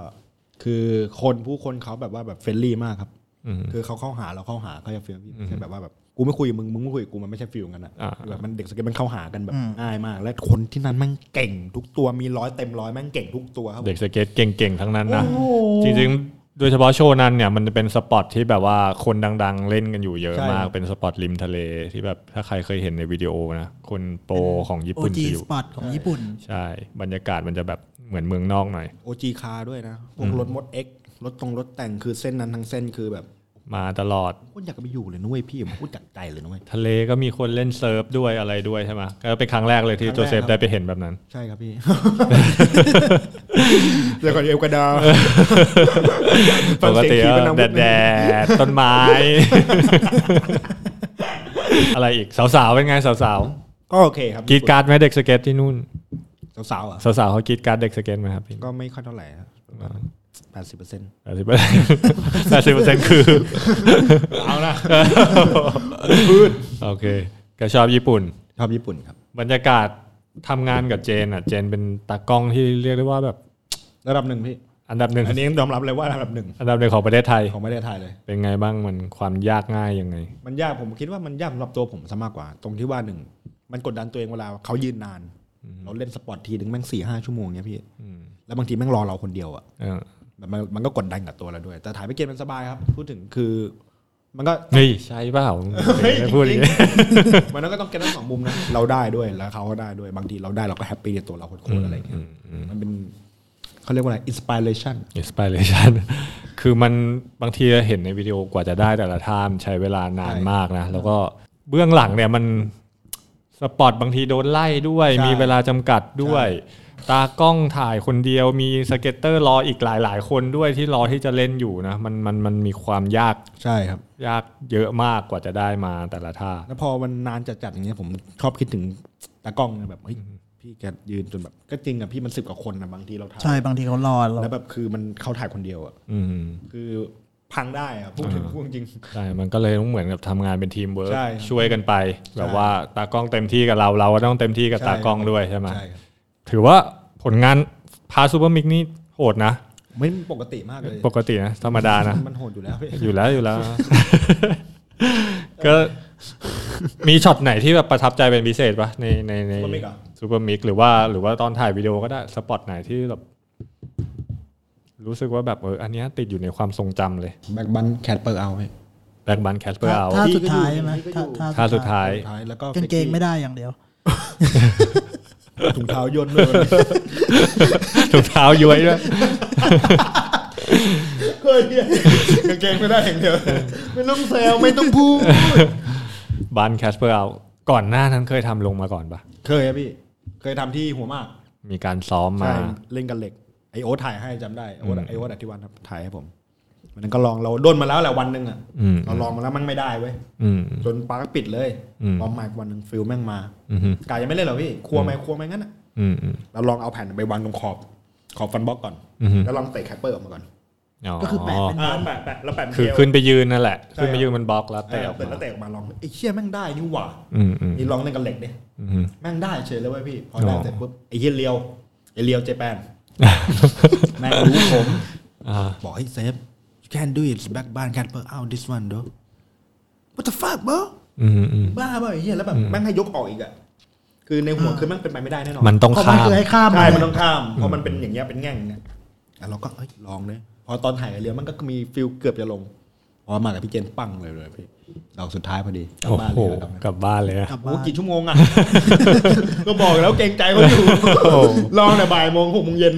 D: คือคนผู้คนเขาแบบว่าแบบเฟรนลี่มากครับ
C: อืม
D: คือเขาเข้าหาเราเข้าหาเขาจะฟีลพี่ไม่ใช่แบบว่าแบบกูไม่คุยกับมึงมึงไม่คุยกับกูมันไม่ใช่ฟีลกันนะ
C: อ่า
D: แบบมันเด็กสเก็ตมันเข้าหากันแบบง่ายมาก และคนที่นั้นแม่งเก่ง ทุกตัวมีร้อยเต็มร้อยแม่งเก่งทุกตัวครับผม
C: เด็กสเก็ตเก่งๆ ทั้งนั้นนะ จริงๆ โดยเฉพาะโชนันเนี่ยมันจะเป็นสปอตที่แบบว่าคนดังๆ เล่นกันอยู่เยอะมาก เป็นสปอตริมทะเลที่แบบถ้าใครเคยเห็นในวิดีโอนะ คนโปรของญี่
E: โอ
C: ปุ่น
E: จี
C: จะอ
E: ส
C: ยู่
E: ปอตของญี่ปุ่น
C: ใช่บรรยากาศมันจะแบบเหมือนเมืองนอกหน่อย
D: โอจีคาด้วยนะ พวกรถมดเอ็กรถตรงรถแต่งคือเส้นนั้นทั้งเส้นคือแบบ
C: มาตลอด
D: คุณอยากจะไปอยู่เลยนุ้ยพี่ผมพูดจากใจเลยนุ้ย
C: ทะเลก็มีคนเล่นเซิร์ฟด้วยอะไรด้วยใช่ไหมก็เป็นครั้งแรกเลยที่
D: ครั้งแรก
C: โจเซฟ
D: ครับ
C: ได้ไปเห็นแบบนั้น
D: ใช่ครับพี่ เดี๋ยวก่อนเอวกระดา
C: ปกติก็แดดแดดๆต้นไม้ อะไรอีกสาวๆเป็นไงสาว
D: ก็โอเคครับ
C: ๆกรีดการ์ดไหมเด็กสเก็ตที่นู่น
D: สาวๆอ่ะ
C: สาวๆเขากรีดการ์ดเด็กสเก็ตไหมครับพี่
D: ก็ไม่ค่อยเท่าไหร่ครับแปดสิบเปอร์เซ็นต์
C: แปดสิบเปอร์เซ็นต์แปดสิบเปอร์เซ็นต์คือ เอานะพืชโอเค ก็ชอบญี่ปุ่น
D: ชอบญี่ปุ่นครับ
C: บรรยากาศทำงานกับเจนอ่ะ เจนเป็นตากล้องที่เรียกได้ว่าแบบ
D: ระดับหนึ่งพี่
C: อันดับหนึ่ง
D: อันนี้ยอมรับเลยว่าระดับหนึ่ง
C: อันดับหนึ่งของประเทศไทย
D: ของประเทศไทยเลย
C: เป็นไงบ้างมันความยากง่ายยังไง
D: มันยากผมคิดว่ามันยากสำหรับตัวผมซะมากกว่า ตรงที่ว่าหนึ่งมันกดดันตัวเองเวลาเขายืนนาน เราเล่นสปอร์ตทีหนึ่งแม่งสี่ห้าชั่วโมงเนี้ยพี่
C: อืม
D: แล้วบางทีแม่งรอเราคนเดียวอะ
C: เออ
D: แบบมันมันก็กดดันกับตัวเราด้วย แต่ถ่ายไปเกมมันสบายครับ พูดถึงคือ มันก็
C: เฮ้ยใช่เปล่า
D: เฮ้ย
C: ไม่พูดอย่าง
D: จริ
C: นี้
D: ง มันก็ต้องเก็ตทั้งสองมุมนะเราได้ด้วยแล้วเขาก็ได้ด้วยบางทีเราได้เราก็แฮปปี้ในตัวเราโคตรๆอะไรอย่างเงี้ยมันเป็นเขาเรียกว่าอะไรอินสปิเรชัน
C: อินสปิเรชัน คือมันบางทีเราเห็นในวิดีโอกว่าจะได้แต่ละท่ามนใช้เวลานานมากนะ แล้วก็เบื้องหลังเนี่ยมันสปอตบางทีโดนไล่ด้วย มีเวลาจำกัดด้วย ตากล้องถ่ายคนเดียวมีสเก็ตเตอร์รออีกหลาย ๆ คนด้วยที่รอที่จะเล่นอยู่นะ มันมันมันมีความยาก
D: ใช่ครับ
C: ยากเยอะมากกว่าจะได้มาแต่ละท่า
D: แล้วพอมันนานจัดๆอย่างเงี้ยผมชอบคิดถึงตากล้องนะแบบเฮ้ยพี่แกยืนจนแบบก็จริงอะพี่มันสิบกว่าคนนะบางทีเราถ่าย
E: ใช่บางทีเขารอเรา
D: แล้วแบบคือมันเขาถ่ายคนเดียวอะ
C: อืม
D: คือพังได้อะพูดถึงพูดจริง
C: ใช่ มันก็เลยต้องเหมือนกับทำงานเป็นทีมเวิร์ก
D: ใช่ครับ
C: ช่วยกันไป แบบว่าตากล้องเต็มที่กับเรา เราก็ต้องเต็มที่กับ
D: ใช่
C: ตากล้องด้วยใช่ไหม
D: ใช่ครับ
C: ถือว่าผลงานพาซูเปอร์มิกนี่โหดนะ
D: ไม่ปกติมากเลย
C: ปกตินะ ธรรมดา นะ
D: มันโหดอยู่แล้วพี่
C: อยู่แล้ว อยู่แล้ว ก็มีช็อตไหนที่แบบประทับใจเป็นพิเศษปะในในใน
D: มันไม่กะ
C: ซูเปอร์มิกหรือว่าหรือว่าตอนถ่ายวิดีโอก็ได้สปอตไหนที่แบบรู้สึกว่าแบบเอออันเนี้ยติดอยู่ในความทรงจำเลย
D: แบ็กบันแคทเปอร์เอาให้
C: แบ็กบันแคสเปอร์เอา
E: ท่าสุดท้ายใช่ไหมท่า
C: ท่าสุดท้าย
D: ท้ายแล้วก็
E: กางเกงไม่ได้อย่างเดียว
D: ถุงเท้ายนต์ด้วย
C: ถุ งเท้าย้วยด้วย
D: เฮ้ยเนี่ยกางเกงไม่ได้อย่างเดียวไม่ต้องแซวไม่ต้องพูด
C: บันแคสเปอร์เอา ก่อนหน้านั้นเคยทำลงมาก่อนปะ
D: เคยอะพี่ เคยทำที่หัวหมาก
C: มีการซ้อมมา
D: ใช่เล่นกันเหล็กไอโอตถ่ายให้จำได้ไอโอตไอโอตอธิวันครับถ่ายให้ผมวันนั้นก็ลองเราด้นมาแล้วแหละวันหนึ่งอ่ะ
C: อืม
D: เราลองมาแล้วมันไม่ได้เว้ย
C: อืม
D: จนปาร์กปิดเลย
C: อืม
D: ลองมาอีกวันหนึ่งฟิลแม่งมา
C: อืมอืม
D: กายังไม่เล่นหรอพี่ครัวไหมครัวไหมงั้นอ่ะ
C: อืมอืม
D: เราลองเอาแผ่นไปวางตรงขอบขอบฟันบล็อกก่อน
C: อือฮึ
D: แล้วลองเตะแคปเปอร์ออกมาก่อน
E: ก็คือแปะเป็น
D: อ่าแปะแปะแล้วแปะ
C: คือขึ้นไปยืนนั่นแหละ ขึ้นไปยืนมันบล็อกแล้ว
D: เตะ
C: เตะออก
D: เสร็จแล้ว
C: มา
D: เตะออกมาลองไอ้เชี่ยแม่งได้นี่หว่า
C: อืมอืม
D: นี่ลองเล่นกันเหล็กดิ
C: อืมอืม
D: แม่งได้เฉยเลยเว้ยพี่พอได้
C: อ๋อ
D: เสร็จปุ๊บไอ้เฮียเลียวไอ้เลียวเจแปน แม่งรู้ผม
C: อ่า
D: บอกให้เซฟ you can do it back ban can per out this one though what the fuck bro
C: อืมอืม
D: บ้าเปล่าไอ้เหี้ยแล้วแบบแม่งให้ยกออกอีกอะคือในหัวคือแม่งเป็นไปไม่ได้แน่นอน
C: มันต้อง
E: เพราะมัน
C: ข้าม
E: คือให้ข้าม
D: ใช่
E: มา
D: มันต้องข้ามเพราะมันเป็นอย่างเงี้ยเป็นแง่งเนี่ยอ่ะเราก็เอ้ยลองเลยพอตอนถ่ายเรือมันก็มีฟิลเกือบจะลงพอมากับพี่เจนปังเลยเลยพี่ดอกสุดท้ายพอดีกลับ
C: โอ้
D: บ้าน
C: โห
D: เลยแล้วก
C: ลั
D: ลับมาก
C: บบ้านเลยอะ
E: กลับ
D: โอ้
E: บ้า
D: โห
E: น
D: กี่ชั่วโมงอะ ก็บอกแล้วเกรงใจเขาอยู่ลองแต่บ่ายโมงหกโมงเย็น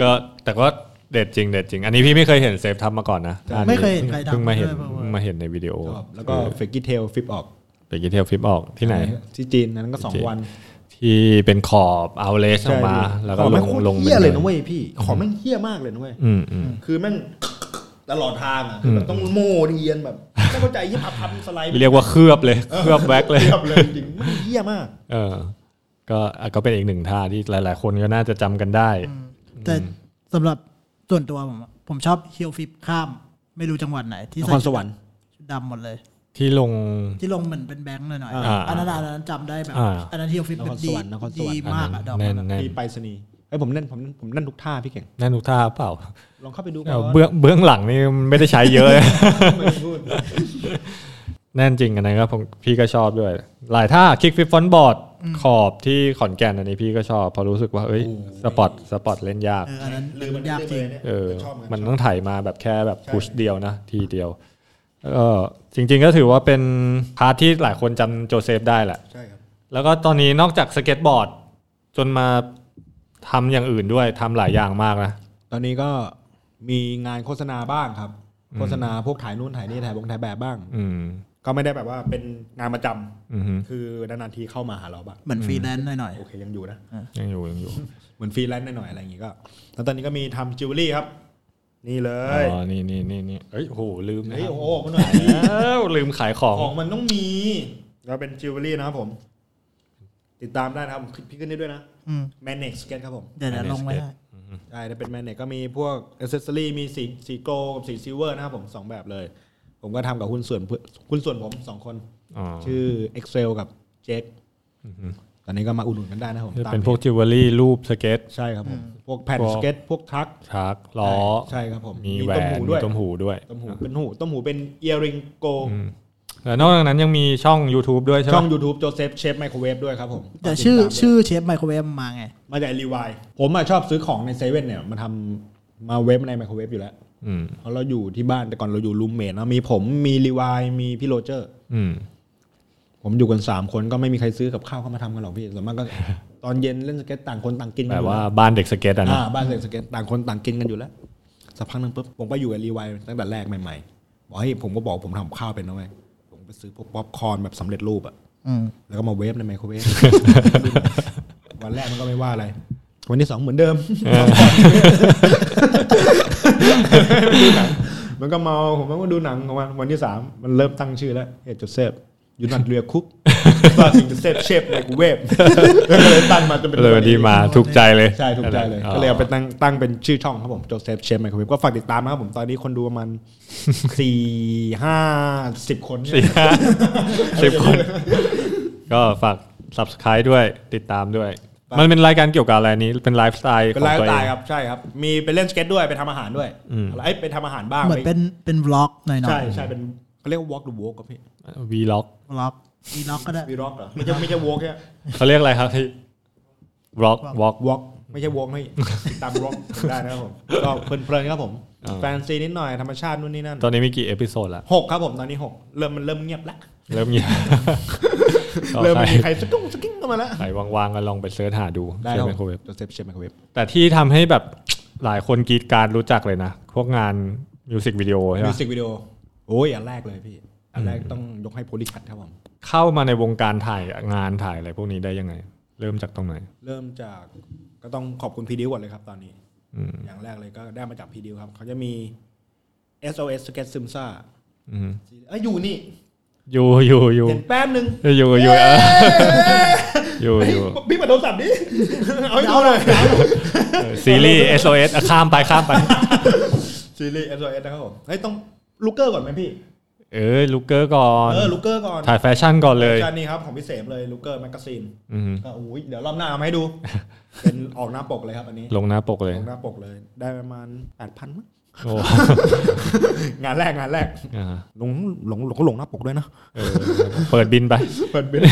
C: ก็แต่ก็ เด็ดจริงเด็ดจริง อันนี้พี่ไม่เคยเห็นเซฟทำมาก่อนนะ
D: ใช่
C: อั
E: ไม่เคยเห็นใครทำ
C: เพิ่งมาเห็น
E: ด้วยเพราะว่า
C: เพิ่งมาเห็นในวิดีโอ
D: ครับแล้วก็เฟกกี้เทลฟิปออก
C: ไปกินเทลฟิปออกที่ไหน
D: ที่จีนนั้นก็สอง
C: จีน
D: วัน
C: ที่เป็นขอบเอาเลสออกมา แล้วก็
D: ของ
C: ล
D: แม่
C: ง
D: งโคตร
C: ลง
D: เฮี้ยเลยนะเว้ยพี่ ของแม่งเฮี้ยมากเลยนะเว้ย
C: อืมอืม
D: คือแม่งตลอดทางอ่ะคือแบบต้องโม่เรียนแบบไม่เข้าใจยี่ปับพับสไลด์
C: เรียกว่าเคลือบเลย เคลือบแว็กเลย
D: เรียบเลยจริงไม่งเฮี้ยมาก
C: เออ ก็อ่ะก็เป็นอีกหนึ่งท่าที่หลาย ๆ คนก็น่าจะจำกันได้
E: แต่สำหรับส่วนตัวผมอะผมชอบเฮียวฟิปข้าม ไม่รู้จังหวัดไหน ที่ใส่
D: นครสวรรค์
E: ชุดดำหมดเลย
C: ที่ลง
E: ที่ลงเหมือนเป็นแบงค์หน่อย
C: อ่า
E: ๆอันนั้นอะอันนั้นจำได้แบบ
C: อ่า
E: อันนั้นเฮียวฟิป
D: นครส
E: ดี
D: วรรค์นครสวรรค์
E: ดีมากอะดอก
C: แน่
E: นั้น นอะ
C: แน่น
D: มีไปรษณีย์ไอ้ยผมเล่นผมเล่นผมเล่นทุกท่าพี่เก่ง
C: แน่นทุกท่าเปล่า
D: ลองเข้าไปดูก่
C: เออน เบื้องเบื้องหลังนี่ไม่ได้ใช้เย อะ
D: ไม่พูด
C: แน่นจริงอันนั้นก็ผมพี่ก็ชอบด้วย หลายท่าคิกฟิปฟอนบอร์ดขอบที่ขอนแก่นอันนี้พี่ก็ชอบเพราะรู้สึกว่าเอ้ยสปอตสปอตเล่นยาก
E: เอออันนั้น
D: ลืมมัน
E: ยากจริง
D: เนี่ย
C: เออ
D: ชอบไห
C: มัน
D: ชอบ
C: ต้องถ่ายมาแบบแค่แบบ
D: ใช่
C: พุชเดียวนะ ทีเดียวเออจริง ๆ ก็ถือว่าเป็นพาร์ทที่หลายคนจำโจเซฟได้แหละ
D: ใช่ครับ
C: แล้วก็ตอนนี้นอกจากสเก็ตบอร์ด จนมาทำอย่างอื่นด้วยทำหลายอย่างมากนะ
D: ตอนนี้ก็มีงานโฆษณาบ้างครับ โฆษณาพวกถ่ายนู่นถ่ายนี่ถ่ายบงถ่ายแบบบ้าง
C: อืม
D: ก็ไม่ได้แบบว่าเป็นงานประจำ
C: อือฮึ
D: คือนานๆทีเข้ามาหาเราบ้าง
E: เหมือนฟรีแลนซ์หน่อย
D: โอเคยังอยู่นะ
C: ยังอยู่ยังอยู่
D: เหมือนฟรีแลนซ์หน่อยๆอะไรอย่างงี้ก็ แล้วตอนนี้ก็มีทำจิวเวลรี่ครับ นี่เล
C: อ๋
D: ย
C: อนี่นี่นี่นี่เอ้ยโหลืมนะ
D: เฮ้ย
C: ครับ
D: โอ้โหมันหน่อยนะ
C: อ้าวลืมขายของ
D: ของมันต้องมีเราเป็นจิวเวลรี่นะครับผม ติดตามได้นะครับ พี่ขึ้นได้ด้วยนะ
E: ๆอืม
D: m a n e x กันครับผม
E: เดี๋ยวเดี๋ยวลงไว้ให้
D: ใช่ถ้าเป็นแมนเนี่ยก็มีพวกอ c เซ s ซอรี่มีสีสีโกลกับสีซิลเวอร์นะครับผมสองแบบเลย ผมก็ทำกับหุ้นส่วนเพื่อหุ้นส่วนผมสองคน
C: อ๋อ
D: ชื่อ Excel กับเจคตอนนี้ก็มาอุดหนุนกันได้นะครับผม
C: จะ
D: ตาม
C: เป็นพวกจิวเวลรี่รูปสเก็ต
D: ใช่ครับผมพวกแผ่น
C: พวก
D: สเก็ตพวกทรัค
C: ชาร์กล้อ
D: ใช่ครับผม
C: มี
D: มี
C: แหว
D: ต้
C: น
D: มหู
C: มี
D: ด้วย
C: ต้มหูด้วย
D: ต้มหูเป็นหูต้มหูเป็นเอียริงโก
C: อืมแล้วนอกจากนั้นยังมีช่อง YouTube ด้วยใช่ไหม
D: ช่อง YouTube โจเซฟเชฟไมโครเวฟด้วยครับผม
E: แต่ชื่อ
D: ติดตามด้วย
E: ชื่อเชฟไมโครเวฟมาไง
D: มาจากรีวายผมอะชอบซื้อของในเซเว่นเนี่ยมาทำมาเวฟในไมโครเวฟอยู่แล้ว
C: อืม
D: เพราะเราอยู่ที่บ้านแต่ก่อนเราอยู่รูมเมทนะมีผมมีรีวายมีพี่โรเจอร์
C: อืม
D: ผมอยู่กัน 3 คนก็ไม่มีใครซื้อกับข้าวเข้ามาทำกันหรอกพี่ส่วน มากก็ ตอนเย็นเล่นสเก็ตต่างคนต่างกินกั
C: แต่
D: อยู่
C: ว่าบ้านเด็กสเก็ตอ่ะ
D: อ่า
C: นะ
D: บ้านเล่นสเก็ตต่างคนต่างกินกันอยู่แล้วสักพักหนึ่งปุ๊บผมก็อยู่กับรีวายตั้งแต่แรกใหม่ๆบอกให้ยผมก็บอกผมทำกับข้าวเป็นนะเว้ยผมไปซื้อพวกป๊อปคอร์นแบบสำเร็จรูปอะ
E: อืม
D: แล้วก็มาเวฟในไมโค รเวฟ วันแรกมันก็ไม่ว่าอะไร วันที่สองเหมือนเดิม มันก็เมาผมมันก็ดูหนังของมันวันที่สามมันเริ่มตั้งชื่อแล้วเอ็ดจดเซฟยูนัทเรีย คุกว่าสิ่งจะเซฟเชฟในกูเวฟก็เลยตั้งมาจนเป็น
C: เลยวันนี้มาถูกใจเลย
D: ใช่ถูกใจเลย ก็เลยเอาไปตั้งตั้งเป็นชื่อช่องครับผมโจเซฟเชฟไมโครเวฟก็ฝากติดตามนะครับผมตอนนี้คนดูประมาณ สี่ห้าสิบคนเนี่ย
C: สี่ห้าสิบคน ก็ฝาก subscribe ด้วยติดตามด้วย
D: ฝาก
C: มันเป็นรายการเกี่ยวกับอะไรนี้เป็นไลฟ์สไตล์ข
D: เป็
C: อน ง
D: ไลฟ์
C: ตัว
D: สไต
C: เอง
D: ล์ครับใช่ครับ มีไปเล่นสเก็ตด้วยไปทำอาหารด้วยไอ้ยไปทำอาหารบ้าง
E: เหมือนเป็นเป็นบล็อกหน่อยๆ
D: ใช่ใช่เป็นเขาเรียกว่า walk the walk ครับพี่
C: วีล็อก
E: บล็อกอีล็อกก็ได้
D: วีร็อกเหรอไม่ใช่ไม่ใช่ walk แค่
C: เขาเรียกอะไรครับที่ล็อกวอล์ก
D: วอล์กไม่ใช่วอล์กให้ติดตามวอล์กได้นะครับ ผม ก็เพลินๆครับผม
C: อ่า
D: แฟนซีนิดหน่อยธรรมชาตินู่นนี่นั่น
C: ตอนนี้มีกี่เอพิโซดละ
D: หกครับผมตอนนี้หกเริ่มมันเริ่มเงียบแล้ว
C: เริ่มเงียบ
D: เริ่ม
C: ใคร
D: ไม่มีใครสะดุ้งสะกิ้งเข้ามาแล้ว
C: ใครว่างๆก็ลองไปเสิร์ชหาดู
D: ได้
C: ใช่
D: ครับ
C: ไหมครับ
D: โจเซฟเชฟไมโครเวฟ
C: แต่ที่ทำให้แบบ หลายคนกรีดกรารรู้จักเลยนะ พวกงานมิวสิกวิดีโอใช่ไหม
D: มิวสิกวิดีโอโอ้ยอันแรกเลยพี่ อันแรกต้องยกให้โพลิคัทครับผม
C: เข้ามาในวงการถ่ายงานถ่ายอะไรพวกนี้ได้ยังไง เริ่มจากตรงไหน
D: เริ่มจากก็ต้องขอบคุณพีดิวก่อนเลยครับตอนนี้
C: อืม
D: อย่างแรกเลยก็ได้มาจากพีดิวครับ เขาจะมี SOS s k e t s i m s a
C: อืม
D: เอ้ยอยู่นี่
C: อยู่อยู่อยู่
D: เห็นแป๊บนึง
C: อยู่อยู่เอออยู่อยู่
D: เฮ้ยพี่มาโดนสับดิ เอาให้ดูหน่อย
C: เออซีรีส์ SOS อ่ะข้ามไปข้ามไป
D: ซีรีส์ SOS นะครับผมเฮ้ยต้องลูกเกอร์ก่อนไหมพี่
C: เออลูกเกอร์ก่อน
D: เออลูกเกอร์ก่อน
C: ถ่ายแฟชั่นก่อนเลย
D: จานนี้ครับของพี่เสมเลยลูกเกอร์แมกกาซีน
C: อืม
D: ก็อุ้ยเดี๋ยวรอบหน้าเอา มาให้ดู เป็นออกหน้าปกเลยครับอันนี้
C: ลงหน้าปกเลย
D: ออกหน้าปกเลย ได้ประมาณแปดพันมั้ง
C: โอ้
D: งานแรกงานแรก
C: อ่า
D: หลงหลงหลงหลงหน้าปกด้วยนะ
C: เออเปิดบินไป
D: เปิดบิน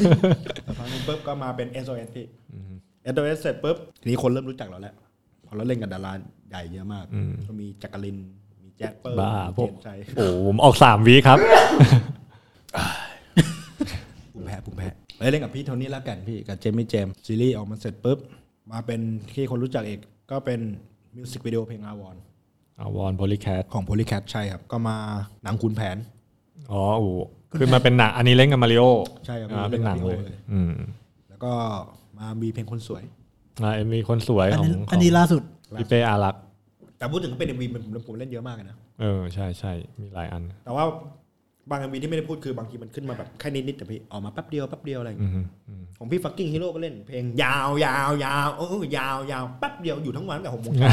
D: แล้วพังปุ๊บก็มาเป็น SOS พี่ SOS เสร็จปุ๊บทีนี้คนเริ่มรู้จักเราแล้วเพอเราเล่นกับดาราใหญ่เยอะมาก
C: อืม
D: ก็มีจักรินมีแจ็คเปอร์
C: บ้าพวก
D: เจมส์ใจ
C: โอ้ผมออกสามวีครับ
D: ผมแพ้ผมแพ้เอ้ยเล่นกับพี่โทนี่แล้วกันพี่กับเจมี่เจมส์ซีรีส์ออกมาเสร็จปุ๊บมาเป็นที่คนรู้จักเอกก็เป็น มิวสิกวิดีโอเพลงอาวอน
C: อาวอนโพลิแคท
D: ของ Polycat ใช่ครับ ก็มาหนังขุนแผน
C: อ๋อโอ้คือมันเป็นหนังอันนี้เล่นกับมาริโอ
D: ใช่ครับ
C: อ่าเป็นหนังเลย
D: เล่นกับมาริโอเลย
C: อืม
D: แล้วก็มามีเพลงคนสวย
C: อ่าเอ็มวีคนสวย
E: อัน
C: ของ
E: นี้
C: ข
E: อั
C: อนง
E: นี้ล่าสุด
C: พี่เป้อารักษ์
D: แต่พูดถึงก็เป็น MV มันผมผมเล่นเยอะมากเลยนะ
C: เออใช่ใช่มีหลายอัน
D: แต่ว่าบาง MV ที่ไม่ได้พูดคือบางทีมันขึ้นมาแบบแค่นิดๆแต่พี่ออกมาแป๊บเดียวแป๊บเดียวอะไรอย่าง
C: อื
D: เงี้ย
C: มอืม
D: ของพี่ฟักกิ้งฮีโร่ก็เล่นเพลงยาวยาวยาวเออยาวยาวแป๊บเดียวอยู่ทั้งวันตั้งแต่หกโมงเช้า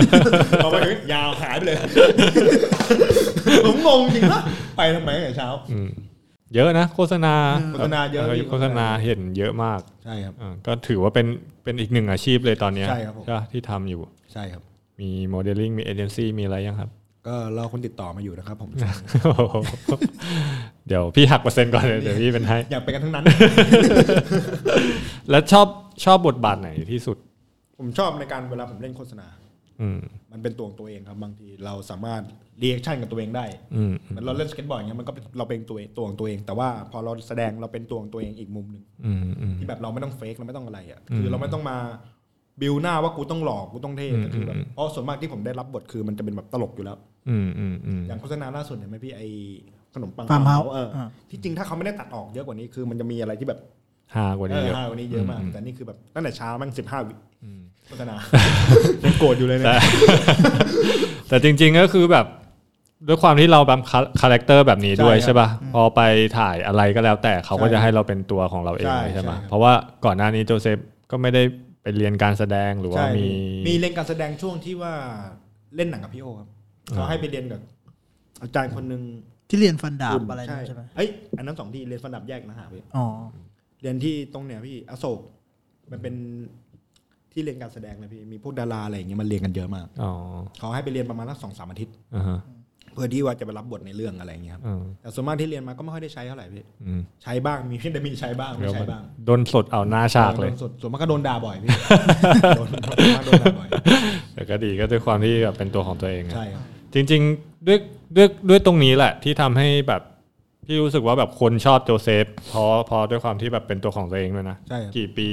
D: พอไปถึงยาวหายไปเลย ผมงงจริงนะไปทำไมตั้งแต่เช้า
C: อืมเยอะนะโฆษณา
D: โฆษณาเยอะ
C: โฆษณาเห็นเยอะมาก
D: ใช่ครับ
C: อ่าก็ถือว่าเป็นเป็นอีกหนึ่งอาชีพเลยตอนเนี้ย
D: ใช่ครับผม
C: ปะที่ทำอยู่
D: ใช่ครับ
C: มีโมเดลลิ่งมีเอเจนซี่มีอะไรยังครับ
D: ก็รอคนติดต่อมาอยู่นะครับ ผม
C: เดี๋ยวพี่หักเปอร์เซ็นต์ ก่อนเลยเดี๋ยวพี่เป็นให้
D: อยากไปกันทั้ งนั้น
C: แล้วชอบชอบบทบาทไหนที่สุด
D: ผมชอบในการเวลาผมเล่นโฆษณา
C: อืม
D: มันเป็นตัวของตัวเองครับบางทีเราสามารถเรีแอคชั่นกับตัวเองได้
C: อืม
D: เหมือนเราเล่นสเก็ตบอร์ดอย่างเงี้ยมันก็เป็นเราเป็นตัวเองตัวของตัวเอง แต่ว่าพอเราแสดงเราเป็นตัวของตัวเองอีกมุมหนึ่ง
C: อืมอืม
D: ที่แบบเราไม่ต้องเฟกเราไม่ต้องอะไรอ่ะคือเราไม่ต้องมาบิวหน้าว่ากูต้องหลอกกูต้องเท่แต่คือแบบเพราะส่วนมากที่ผมได้รับบทคือมันจะเป็นแบบตลกอยู่แล้ว
C: อืมอืมอืม
D: อย่างโฆษณาล่าสุดเนี่ยไหมพี่ไอขนมปัง
E: Farm House
D: เอออา ที่จริงถ้าเขาไม่ได้ตัดออกเยอะกว่านี้คือมันจะมีอะไรที่แบบ
C: ฮากว่า
D: เอ
C: นี้
D: อ
C: เยอะ
D: ห้ากว่านี้เยอะมาก แต่นี่คือแบบตั้งแต่เช้ามันสิบห้าวิ
C: อืม
D: โฆษณา ยังโกรธอยู่เลยเนี่ย
C: แต่จริง ๆก็คือแบบ ด้วยความที่เราแบบคาคาแรคเตอร์แบบนี้ด้วย
D: ใช่ครับ
C: ใช่ป่ะพอไปถ่ายอะไรก็แล้วแต่เขาก็
D: ใช่
C: จะให้เราเป็นตัวของเราเอง
D: ใช่
C: ใช่ไหม
D: ใช่ครับ
C: เพราะว่าก่อนหน้านี้โจเซฟก็ไม่ได้ไปเรียนการแสดงหรือว่า
D: ใช่
C: มี
D: มีเรียนการแสดงช่วงที่ว่าเล่นหนังกับพี่โอครับเขาให้ไปเรียนกับอาจารย์คนหนึ่ง
E: ที่เรียนฟันดาบ
D: คุณ
E: อะไรนั่นใช่ไหม
D: เอ้ยอันนั้นสองที่เรียนฟันดับแยกนะฮะพี่
E: อ๋อ
D: เรียนที่ตรงเนี่ยพี่อโศกมันเป็นที่เรียนการแสดงเลยพี่มีพวกดาราอะไรอย่างเงี้ยมันเรียนกันเยอะมาก
C: อ๋อ
D: เขาให้ไปเรียนประมาณสักสองสามอาทิตย์
C: อ่าฮะ
D: เพื่อที่ว่าจะไปรับบทในเรื่องอะไรอย่างเงี้ยครับ
C: อืม
D: แต่ส่วนมากที่เรียนมาก็ไม่ค่อยได้ใช้เท่าไหร่พี่
C: อืม
D: ใช้บ้างมีแต่มีใช้บ้างไม่
C: เดี๋ยว
D: ใช้
C: มัน
D: บ้าง
C: โดนสดเอาหน้าฉากเลย
D: ส่วนส่วนมากก็โดนด่าบ่อยพี่ โดนโดนด่าบ่อย
C: แต่ก็ดีก็ด้วยความที่แบบเป็นตัวของตัวเองอะ
D: ใช่ครับ
C: จริงๆด้วยด้วยด้วยตรงนี้แหละที่ทำให้แบบพี่รู้สึกว่าแบบคนชอบโจเซฟเพราะเพราะด้วยความที่แบบเป็นตัวของตัวเองด้วยนะ
D: ใช่ครับ
C: กี่ปี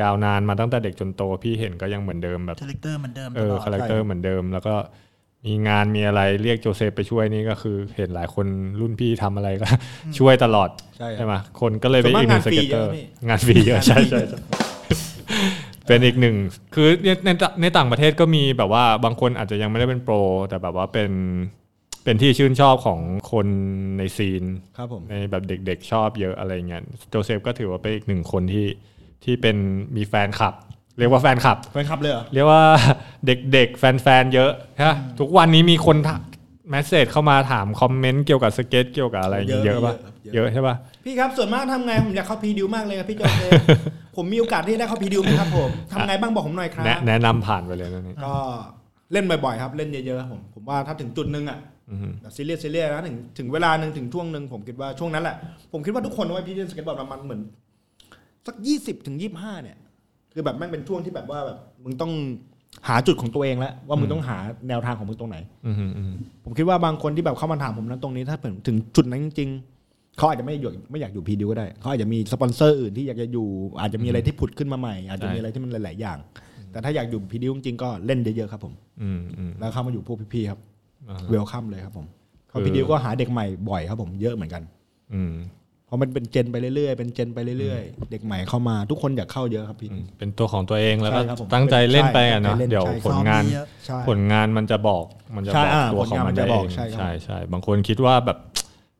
C: ยาวนานมาตั้งแต่เด็กจนโต พี่เห็นก็ยังเหมือนเดิมแบบ
E: คาแรคเตอร์เหมือนเดิม
C: เอ
E: ต
C: อ
E: ลอด
C: คาแรคเตอร์เหมือนเดิม แล้วก็มีงานมีอะไรเรียกโจเซฟไปช่วยนี่ก็คือเห็นหลายคนรุ่นพี่ทำอะไรก็ ช่วยตลอด
D: ใช่ครับ
C: ไหมคนก็เลยเป็นอีกหนึ่ง
D: ส่
C: ส
D: วนมากงานฟรี
C: เก็ตเตอร์
D: เยอะนี่
C: งานฟรีเยอะใช่ใช่ใช่เป็นอีกหนึ่งคือในในในต่างประเทศก็มีแบบว่าบางคนอาจจะยังไม่ได้เป็นโปร แต่แบบว่าเป็นเป็นที่ชื่นชอบของคนในซีน
D: ครับผม
C: ในแบบเด็กๆชอบเยอะอะไรเงี้ยโจเซฟก็ถือว่าเป็นอีกหนึ่งคนที่ที่เป็นมีแฟนคลับ เรียกว่าแฟนคลับ
D: แฟนคลับเลยเหรอ
C: เรียกว่า เด็กๆ แฟนๆ เยอะฮะทุกวันนี้มีคนแมสเซจเข้ามาถามคอมเมนต์เกี่ยวกับสเก็ตเกี่ยวกับอะไรอย่างเงี้ยเย
D: เยอะ
C: อะป่ะ
D: เย
C: เย
D: อะ
C: อะใช่ป่ะ
D: พี่ครับส่วนมากทำไงผมอยากเข้าพีดิวมากเลยครับพี่โจ เซฟ ผมมีโอกาสที่ได้เข้าพีดิวไหมครับผมทำไงบ้างบอกผมหน่อยครับ
C: แนะแนะนำผ่านไปเลยนะนี่
D: ก็เล่นบ่อยๆครับเล่นเยอะๆครับผมผมว่าถ้าถึงจุดหนึงอ่ะ
C: อือฮึ
D: แบบซีเรียสซีเรียสนะถึงถึงเวลาหนึ่งถึงช่วงหนึ่งผมคิดว่าช่วงนั้นแหละผมคิดว่าทุกคนเอาไว้พี่เล่นสเก็ตบอร์ดประมาณเหมือนสักยี่สิบถึงยี่ห้าเนี่ย คือแบบแม่งเป็นช่วงที่แบบว่าแบบมึงต้องหาจุดของตัวเองแล้วว่ามึงต้องหาแนวทางของมึงตรงไหน
C: อือฮึอือฮึ
D: ผมคิดว่าบางคนที่แบบเข้ามาถามผมนั้นตรงนี้ถ้าถึงถึงจุดนั้นจริงๆเขาอาจจะไม่อยู่ไม่อยากอยู่พีดิวก็ได้เขาอาจจะมีสปอนเซอร์อื่นที่อยากจะอยู่ อาจจะมีอะไรที่ผุดขึ้นมาใหม่ อาจจะมีอะไรที่มันหลาย ๆ อย่าง แต่ถ้าอยากอยู่พีดิวจริงๆก็เล่นเยอะๆครับผม
C: อืมอืม
D: แล้วเข้ามาอยู่พวกพี่ๆครับ
C: อ่าฮะ
D: เวลคัมเลยครับผมเพราะพีดิวก็หาเด็กใหม่บ่อยครับผมเยอะเหมือนกัน
C: อืม
D: เพราะมันเป็นเจนไปเรื่อยๆเป็นเจนไปเรื่อยๆ เด็กใหม่เข้ามาทุกคนอยากเข้าเยอะครับพี่
C: อืมเป็นตัวของตัวเองแล้วก็
D: ใช่ครับผม
C: ตั้งใจเล่นไปอะเนาะ
D: ใช่ตั้งใจเล่น
C: เดี๋ยว
D: ใช่
C: ผลงาน
E: ซ้อมเยอะ
D: ใช่
C: ผลงานมันจะบอกมันจะ
D: ใช่
C: บอก
D: อ่า
C: ตัวของมัน
D: ผลงานมันจะ
C: ได้เอ
D: บอก
C: ง
D: ใช่ครับ
C: ใช่ใช่บางคนคิดว่าแบบ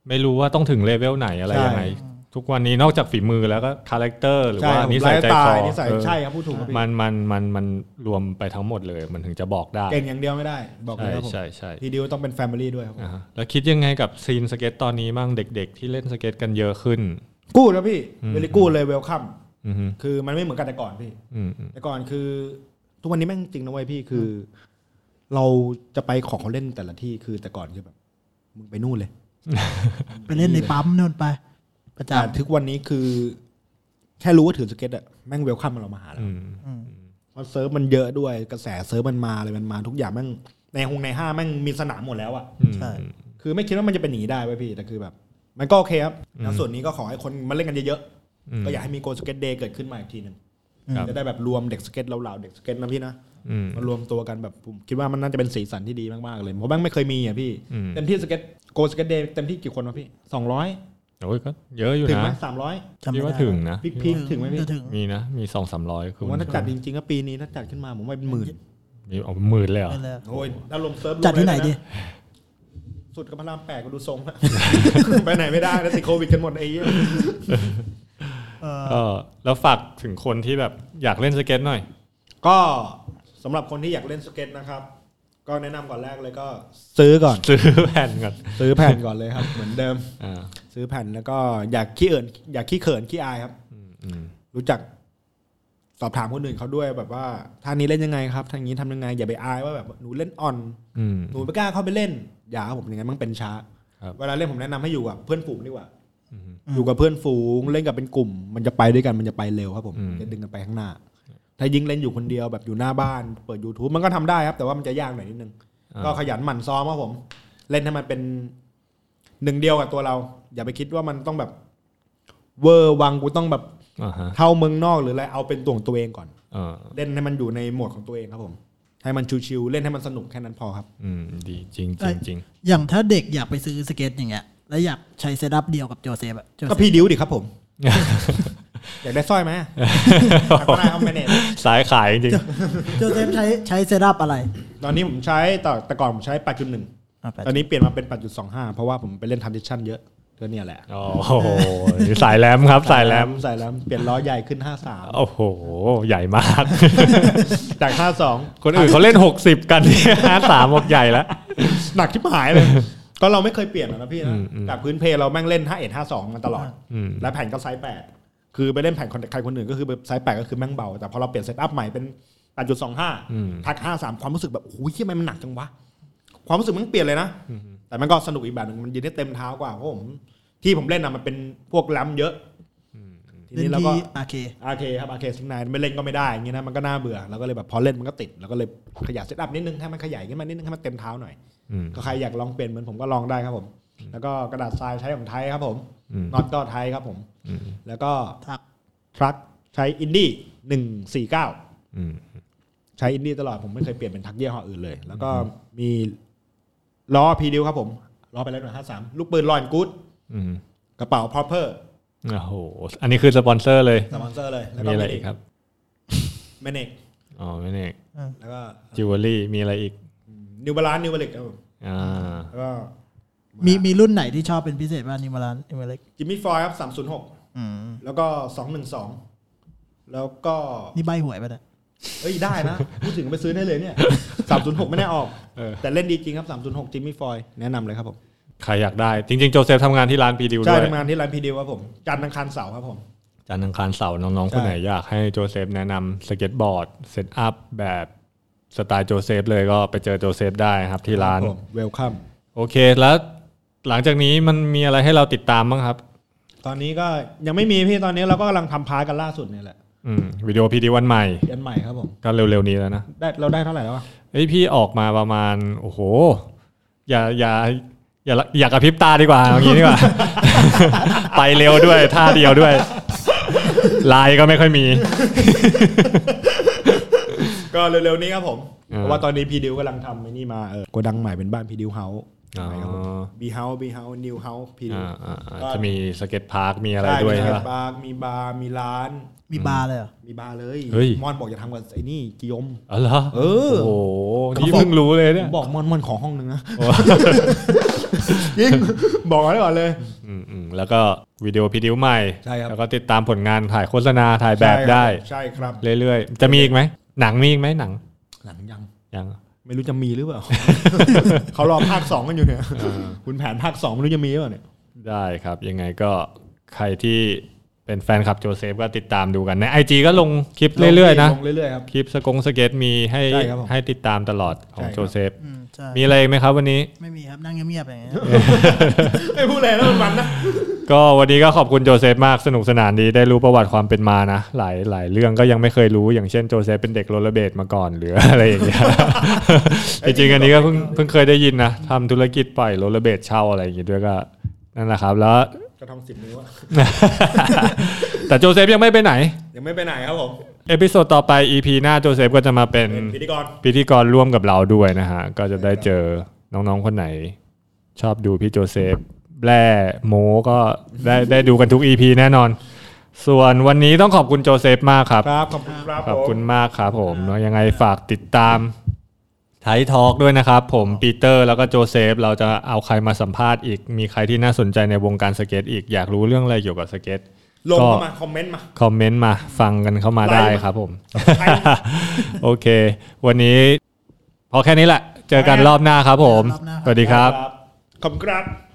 C: ไม่รู้ว่าต้องถึงเลเวลไหนอะไร
D: ใช่
C: ยังไงทุกวันนี้นอกจากฝีมือแล้วก็คาแรคเตอร์หรือ
D: ใช่
C: ว่า
D: ผม
C: นิสัยใจ
D: ไลฟ์ส
C: ค
D: ไต
C: อ
D: ล์นิสัย
C: เออ
D: ใช่ครับพูดถูกครับพี่
C: มันมันมันมันรวมไปทั้งหมดเลยมันถึงจะบอกได้
D: เก่งอย่างเดียวไม่ได้ บอกเล
C: ใช่
D: ยครับผม
C: ใช่ใช่
D: พีดิวต้องเป็นแฟมิลี่ด้วยครับผม
C: อ่าฮะแล้วคิดยังไงกับซีนสเก็ตตอนนี้มั่งเด็ก ๆ ที่เล่นสเก็ตกันเยอะขึ้น
D: กู้นะพี่
C: อืม
D: เวลิกู้เลยเวลคัม
C: อืมฮึ
D: คือมันไม่เหมือนกันแต่ก่อนพี่
C: อืมอืม
D: แต่ก่อนคือ ทุกวันนี้แม่งจริงนะเว้ยพี่คือ เราจะไปขอเขาเล่นแต่ละที่คือแต่ก่อนคือแบบมึงไปนู่นเลย
E: ไปเล่นในปั๊มนู่นไป ประจ
D: แต่ทุกวันนี้คือ แค่รู้ว่าถือสเก็ตอะแม่งเวลคัมมันเรามาหาแล้ว
C: อืม
E: ำอืม
D: เพราะเซิร์ฟมันเยอะด้วยกระแสเซิร์ฟมันมาอะไรมันมา ทุกอย่างแม่งในหงในห้าแม่งมีสนามหมดแล้วอะ
C: อืม
E: ใช่
D: คือไม่คิดว่ามันจะเป็นหนีได้เว้ยพี่แต่คือแบบ มันก็โอเคครับ
C: อืม
D: แล้วส่วนนี้ก็ขอให้คนมาเล่นกันเยอะ
C: อืม
D: ๆก็อยากให้มีโกสเก็ตเดย์เกิดขึ้นมาอีกทีหนึ่ง
C: ครับ
D: จะได้แบบรวมเด็กสเก็ตเหล่าๆเด็กสเก็ตนะพี่นะ
C: อืม
D: มารวมตัวกันแบบผมคิดว่ามันน่าจะเป็นสีสันที่ดีมากๆเลยเพราะแม่งไม่เคยมีอ่ะพี่
C: อืม
D: เต็มที่สเก็ตโกสเก็ตเดย์เต็มที่กี่คนวะพี่สองร้อย
C: โอ้ยก็เยอะอยู่
D: ถึงไหม
C: นะ
D: สามร้อย
E: จำ
C: คิด
E: ไม่
C: ว่า
E: ได้
C: ถึงนะ
D: พีคพีคถึงไหมพี่
E: จะถึง
C: มีนะ มีสองสามร้อยคื
D: ผมว่าถ้าจัดจริงๆก็ปีนี้ถ้าจัดขึ้นมาผมว่าเป็นหมื่น
C: มีเอาหมื่นเลยเหรอ
E: ไม่เลย
D: โอ้ยอารมณ์เซิร์ฟ
E: จัดที่ไหนดี
D: สุดกับพระรามแปดก็ดูทรงอะ ไปไหนไม่ได้นะติดโควิดกันหมดไอ้เหี้ย
E: เออ
C: ก็แล้วฝากถึงคนที่แบบอยากเล่นสเก็ตหน่อย
D: ก็สำหรับคนที่อยากเล่นสเก็ตนะครับ ก็แนะนำก่อนแรกเลยก็ ซื้อก่อน
C: ซื้อแผ่นก่อน
D: ซื้อแผ่นก่อน เลยครับ เหมือนเดิม
C: อ่า
D: ซื้อแผ่นแล้วก็อยากขี้เอินอยากขี้เขินขี้อายครับ
C: อืมอืม
D: รู้จักสอบถามคนอื่นเขาด้วยแบบว่าท่างนี้เล่นยังไงครับทางนี้ทำยังไง อย่าไปอายว่าแบบหนูเล่นอ่อน
C: อืม
D: หนูไม่กล้าเข้าไปเล่น อย่าครับผมอย่างนั้นมันเป็นช้า
C: ครับ
D: เวลาเล่นผมแนะนำให้อยู่กับเพื่อนฝูงดีกว่า
C: อืม
D: อยู่กับเพื่อนฝูงเล่นกับเป็นกลุ่ม มันจะไปด้วยกันมันจะไปเร็วครับผม
C: อืม
D: จะดึงกันไปข้างหน้า ถ้ายิงเล่นอยู่คนเดียวแบบอยู่หน้าบ้าน เปิด YouTube มันก็ทำได้ครับ แต่ว่ามันจะยากหน่อยนิดนึง
C: อ่า
D: ก็ขยันหมั่นซ้อมครับผม เล่นให้มันเป็นหนึ่งเดียวกับตัวเรา อย่าไปคิดว่ามันต้องแบบ เวอร์วังกูต้องแบบ
C: อ่าฮะ
D: เท่าเมืองนอกหรืออะไรเอาเป็นตัวของตัวเองก่อน
C: เออ
D: เล่นให้มันอยู่ในโหมดของตัวเองครับผม ให้มันชิวๆเล่นให้มันสนุกแค่นั้นพอครับ
C: อืมดีจริงจริงจริง
E: อย่างถ้าเด็กอยากไปซื้อสเก็ตอย่างเงี้ย แล้วอยากใช้เซตอัพเดียวกับโจเซฟอะโจเซ
D: ก็
E: ฟ
D: พี่ดิวดิครับผม อยากได้สร้อย ไหมทักมาได้ครับแมเนจ
C: สายขายจริง
E: โจเซฟใช้ใช้เซตอัพอะไร
D: ตอนนี้ผมใช้แต่แต่ก่อนผมใช้ 8.1
E: อ่ะไป
D: ตอนนี้เปลี่ยนมาเป็น 8.25 เพราะว่าผมไปเล่นทันดิชันเยอะก็เนี่ยแหละ
C: โอ้โหสายแรมครับสายแรม
D: สายแลมเปลี่ยนล้อใหญ่ขึ้น
C: โอ้โห ใหญ่มาก
D: 53 จาก 52
C: คนอื่นเขาเล่น 60 กันที่ห้า สามบอกใหญ่แล้ว
D: หนักที่ หายเลย ก็เราไม่เคยเปลี่ยนหรอกนะพี่
C: อื
D: นะ
C: มอืม
D: จากพื้นเพเราแม่งเล่น 51 52 มาตลอด
C: อืม
D: และแผ่นก็ไซส์8คือไปเล่นแผ่นคนใครคนอื่นก็คือแบบไซส์8ก็คือแม่งเบา แต่พอเราเปลี่ยนเซตอัพใหม่เป็น
C: อืม
D: 8.25 ทัก 53 ความรู้สึกแบบโอ้ยเหี้ยมันหนักจังวะความรู้สึกมันเปลี่ยนเลยนะ
C: อืม
D: แต่มันก็สนุกอีกแบบหนึ่งมันยืนได้เต็มเท้ากว่าเพราะผมที่ผมเล่นอะมันเป็นพวกล้ำเยอะที
E: เล่น
D: นี้เราก็
E: ที่อาเค
D: อาเคครับอาเคซิงนายไม่เล่นก็ไม่ได้อย่างงี้นะมันก็น่าเบื่อเราก็เลยแบบพอเล่นมันก็ติดเราก็เลยขยายเซตอัพนิดนึงให้มันขยายขึ้นมานิดนึงให้มันเต็มเท้าหน่อย
C: อืม
D: ก็ใครอยากลองเปลี่ยนเหมือนผมก็ลองได้ครับผม แล้วก็กระดาษทรายใช้ของไทยครับผม
C: อืม
D: น็อตก็ไทยครับผม
C: อืม
D: แล้วก็
E: ทัก
D: ทรัคใช้อินดี้หนึ่งสี่เก้า
C: อืม
D: ใช้อินดี้ตลอดผมไม่เคยเปลี่ยนเป็นทักเยี่ยห้ออื่นเลย แล้วก็มีล้อพีดิวครับผมล้อไปแล้วหน่อยห้าสามลูกปืนลอยกู๊ด
C: อืม
D: กระเป๋า proper
C: โอ้โห อันนี้คือสปอนเซอร์เลย
D: สปอนเซอร์เลย แล้ว
C: มี
D: ก็
C: อะไร
D: เม
C: อี
D: นิ
C: ก
D: ก
C: ครับ
D: เมนิก
C: อ๋อไม่เนี่ย
D: แล้วก็
C: จิวเวลรี่ มีอะไรอีก
D: นิวบาลานนิวบาลิกครับผม
C: อ่า
D: แล้วก็
E: มีมีรุ่นไหนที่ชอบเป็นพิเศษบ้างนิมารันนิมาเล็ก
D: จิมมี่ฟอยครับสามศูนย์หก
E: อืม
D: แล้วก็สองหนึ่งสองแล้วก็
E: นี่ใบหวยปะเนี่ย
D: เอ้ย ได้นะ พูดถึงไปซื้อได้เลยเนี่ยสามศูนย์หกไม่แน่ออก
C: เออ
D: แต่เล่นดีจริงครับสามศูนย์หกจิมมี่ฟอยแนะนำเลยครับผม
C: ใครอยากได้ จริง ๆ โจเซฟทำงานที่ร้านพีดิวด้
D: ใช่
C: วย
D: ทำงานที่ร้านพีดีครับผม จันทร์อังคารเสาร์ครับผม
C: จันทร์อังคารเสาร์น้อง ๆ
D: ใช่
C: คนไหนอยากให้โจเซฟแนะนำสเก็ตบอร์ด เซตอัพแบบสไตล์โจเซฟเลยก็ไปเจอโจเซฟได้ครับที่ร้าน
D: เวลคัม Welcome
C: โอเคแล้วหลังจากนี้มันมีอะไรให้เราติดตามบ้างครับ
D: ตอนนี้ก็ยังไม่มีพี่ตอนนี้เราก็กำลังทำพาร์ทกันล่าสุดเนี่ยแหละ
C: อืมวิดีโอพีดีวันใหม่
D: อันใหม่ครับผม
C: ก็เร็ว ๆ นี้แล้วนะ
D: ได้เราได้เท่าไหร่แล้วอะ
C: เอ้ยพี่ออกมาประมาณ โอ้โห อย่าอย่าอย่าอย่ากระพริบตาดีกว่าเอางี้ดีกว่า ไปเร็วด้วยท่าเดียว ด้วยลายก็ไม่ค่อยมี
D: ก็เร็วๆนี้ครับผม
C: เออ
D: เพราะว่าตอนนี้พีดิวกำลังทำไอ้นี่มาเออโกดังใหม่เป็นบ้านพีดิวเฮาส์
C: อ๋อ
D: บีเฮาส์บีเฮาส์นิวเฮาส์พีดิว
C: อ่าอ่าอ่าจะมีสเก็ตพาร์คมีอะไรด้วย
D: มี
C: ใช่ปะ
D: บาร์มีบาร์มีร้าน
E: มีบาร์เลยเหรอ
D: มีบาร์เลย
C: เฮ้ย
D: มอนบอกจะทำกับไอ้นี่กิยม
C: อ๋อเหรอ
D: เออ
C: โอ้โหนี่เพิ่งรู้เลยเนี่ย
D: ผมบอกมอนมอนขอห้องหนึ่งนะ ยิงบอกไว้ก่อนเลย
C: อืมอืมแล้วก็วิดีโอพีดิวใหม่
D: ใช่ครับ
C: แล้วก็ติดตามผลงานถ่ายโฆษณาถ่ายแบบได้
D: ใช่ครับ
C: เรื่อยๆ จะมีอีกไหม หนังมีอีกไหมหนัง
D: หลังยัง
C: ยัง
D: ไม่รู้จะมีหรือเปล่า เขารอภาคสองกันอยู่เนี่ยคุณแผนภาคสองไม่รู้จะมีหรือเปล่าเนี่ย
C: ได้ครับ ยังไงก็ใครที่เป็นแฟนคลับโจเซฟก็ติดตามดูกันใน IG ก็ลงคลิปเรื่อยๆ นะ
D: ลงเรื่อยๆครับ
C: คลิปสกงสเก็ตมีให้
D: ใช่ครับผม
C: ให้ติดตามตลอดของ
D: ใช่ครับ
C: โจเซฟ
E: อืมใช่
C: มีอะไรอีกไหมครับวันนี้
E: ไม่มีครับนั่งเงียบๆอย่างเงี้ย
D: ไม่พูดอะไรแล้วมันนะ
C: ก็วันนี้ก็ขอบคุณโจเซฟมากสนุกสนานดีได้รู้ประวัติความเป็นมานะ หลายหลายเรื่องก็ยังไม่เคยรู้อย่างเช่นโจเซฟเป็นเด็กโรลเลอร์เบดมาก่อนหรืออะไรอย่างเงี้ย จริงๆอันนี้ก็เพิ่งเพิ่งเคยได้ยินนะทำธุรกิจปล่อยโรลเลอร์เบดเช่าอะไรอย่างงี้ด้วยก็นั่นแหละครับแล้ว
D: กระทองสิบนิ้วอะ
C: แต่โจเซฟยังไม่ไปไหน
D: ยังไม่ไปไหนครับผม
C: เอพิโซดต่อไป EP หน้าโจเซฟก็จะมาเป็น
D: เป็นพิธีกร
C: พิธีกรร่วมกับเราด้วยนะฮะ ก็จะได้เจอน้องๆคนไหน ชอบดูพี่โจเซฟแร่โมก็ได้ได้ดูกันทุก EP แน่นอน ส่วนวันนี้ต้องขอบคุณโจเซฟมากครับ
D: ครับขอบคุณครับ
C: ขอบคุณ
D: ผม
C: มากครับผมเนาะยังไงฝากติดตามไททอกด้วยนะครับ ผมปีเตอร์แล้วก็โจเซฟ เราจะเอาใครมาสัมภาษณ์อีก มีใครที่น่าสนใจในวงการสเก็ตอีกอยากรู้เรื่องอะไรเกี่ยวกับสเก็ต
D: ลงเข้ามาคอมเมนต์มา
C: คอมเมนต์มาฟังกันเข้ามา
D: ไลน์
C: ได้
D: มา
C: ครับผม
D: ไลน์
C: โอเค วันนี้ พอแค่นี้แหละ เจอกันรอบหน้าครับผม
E: รอบหน้าครับ
C: สวัสดีครับ
D: ขอบคุณครับ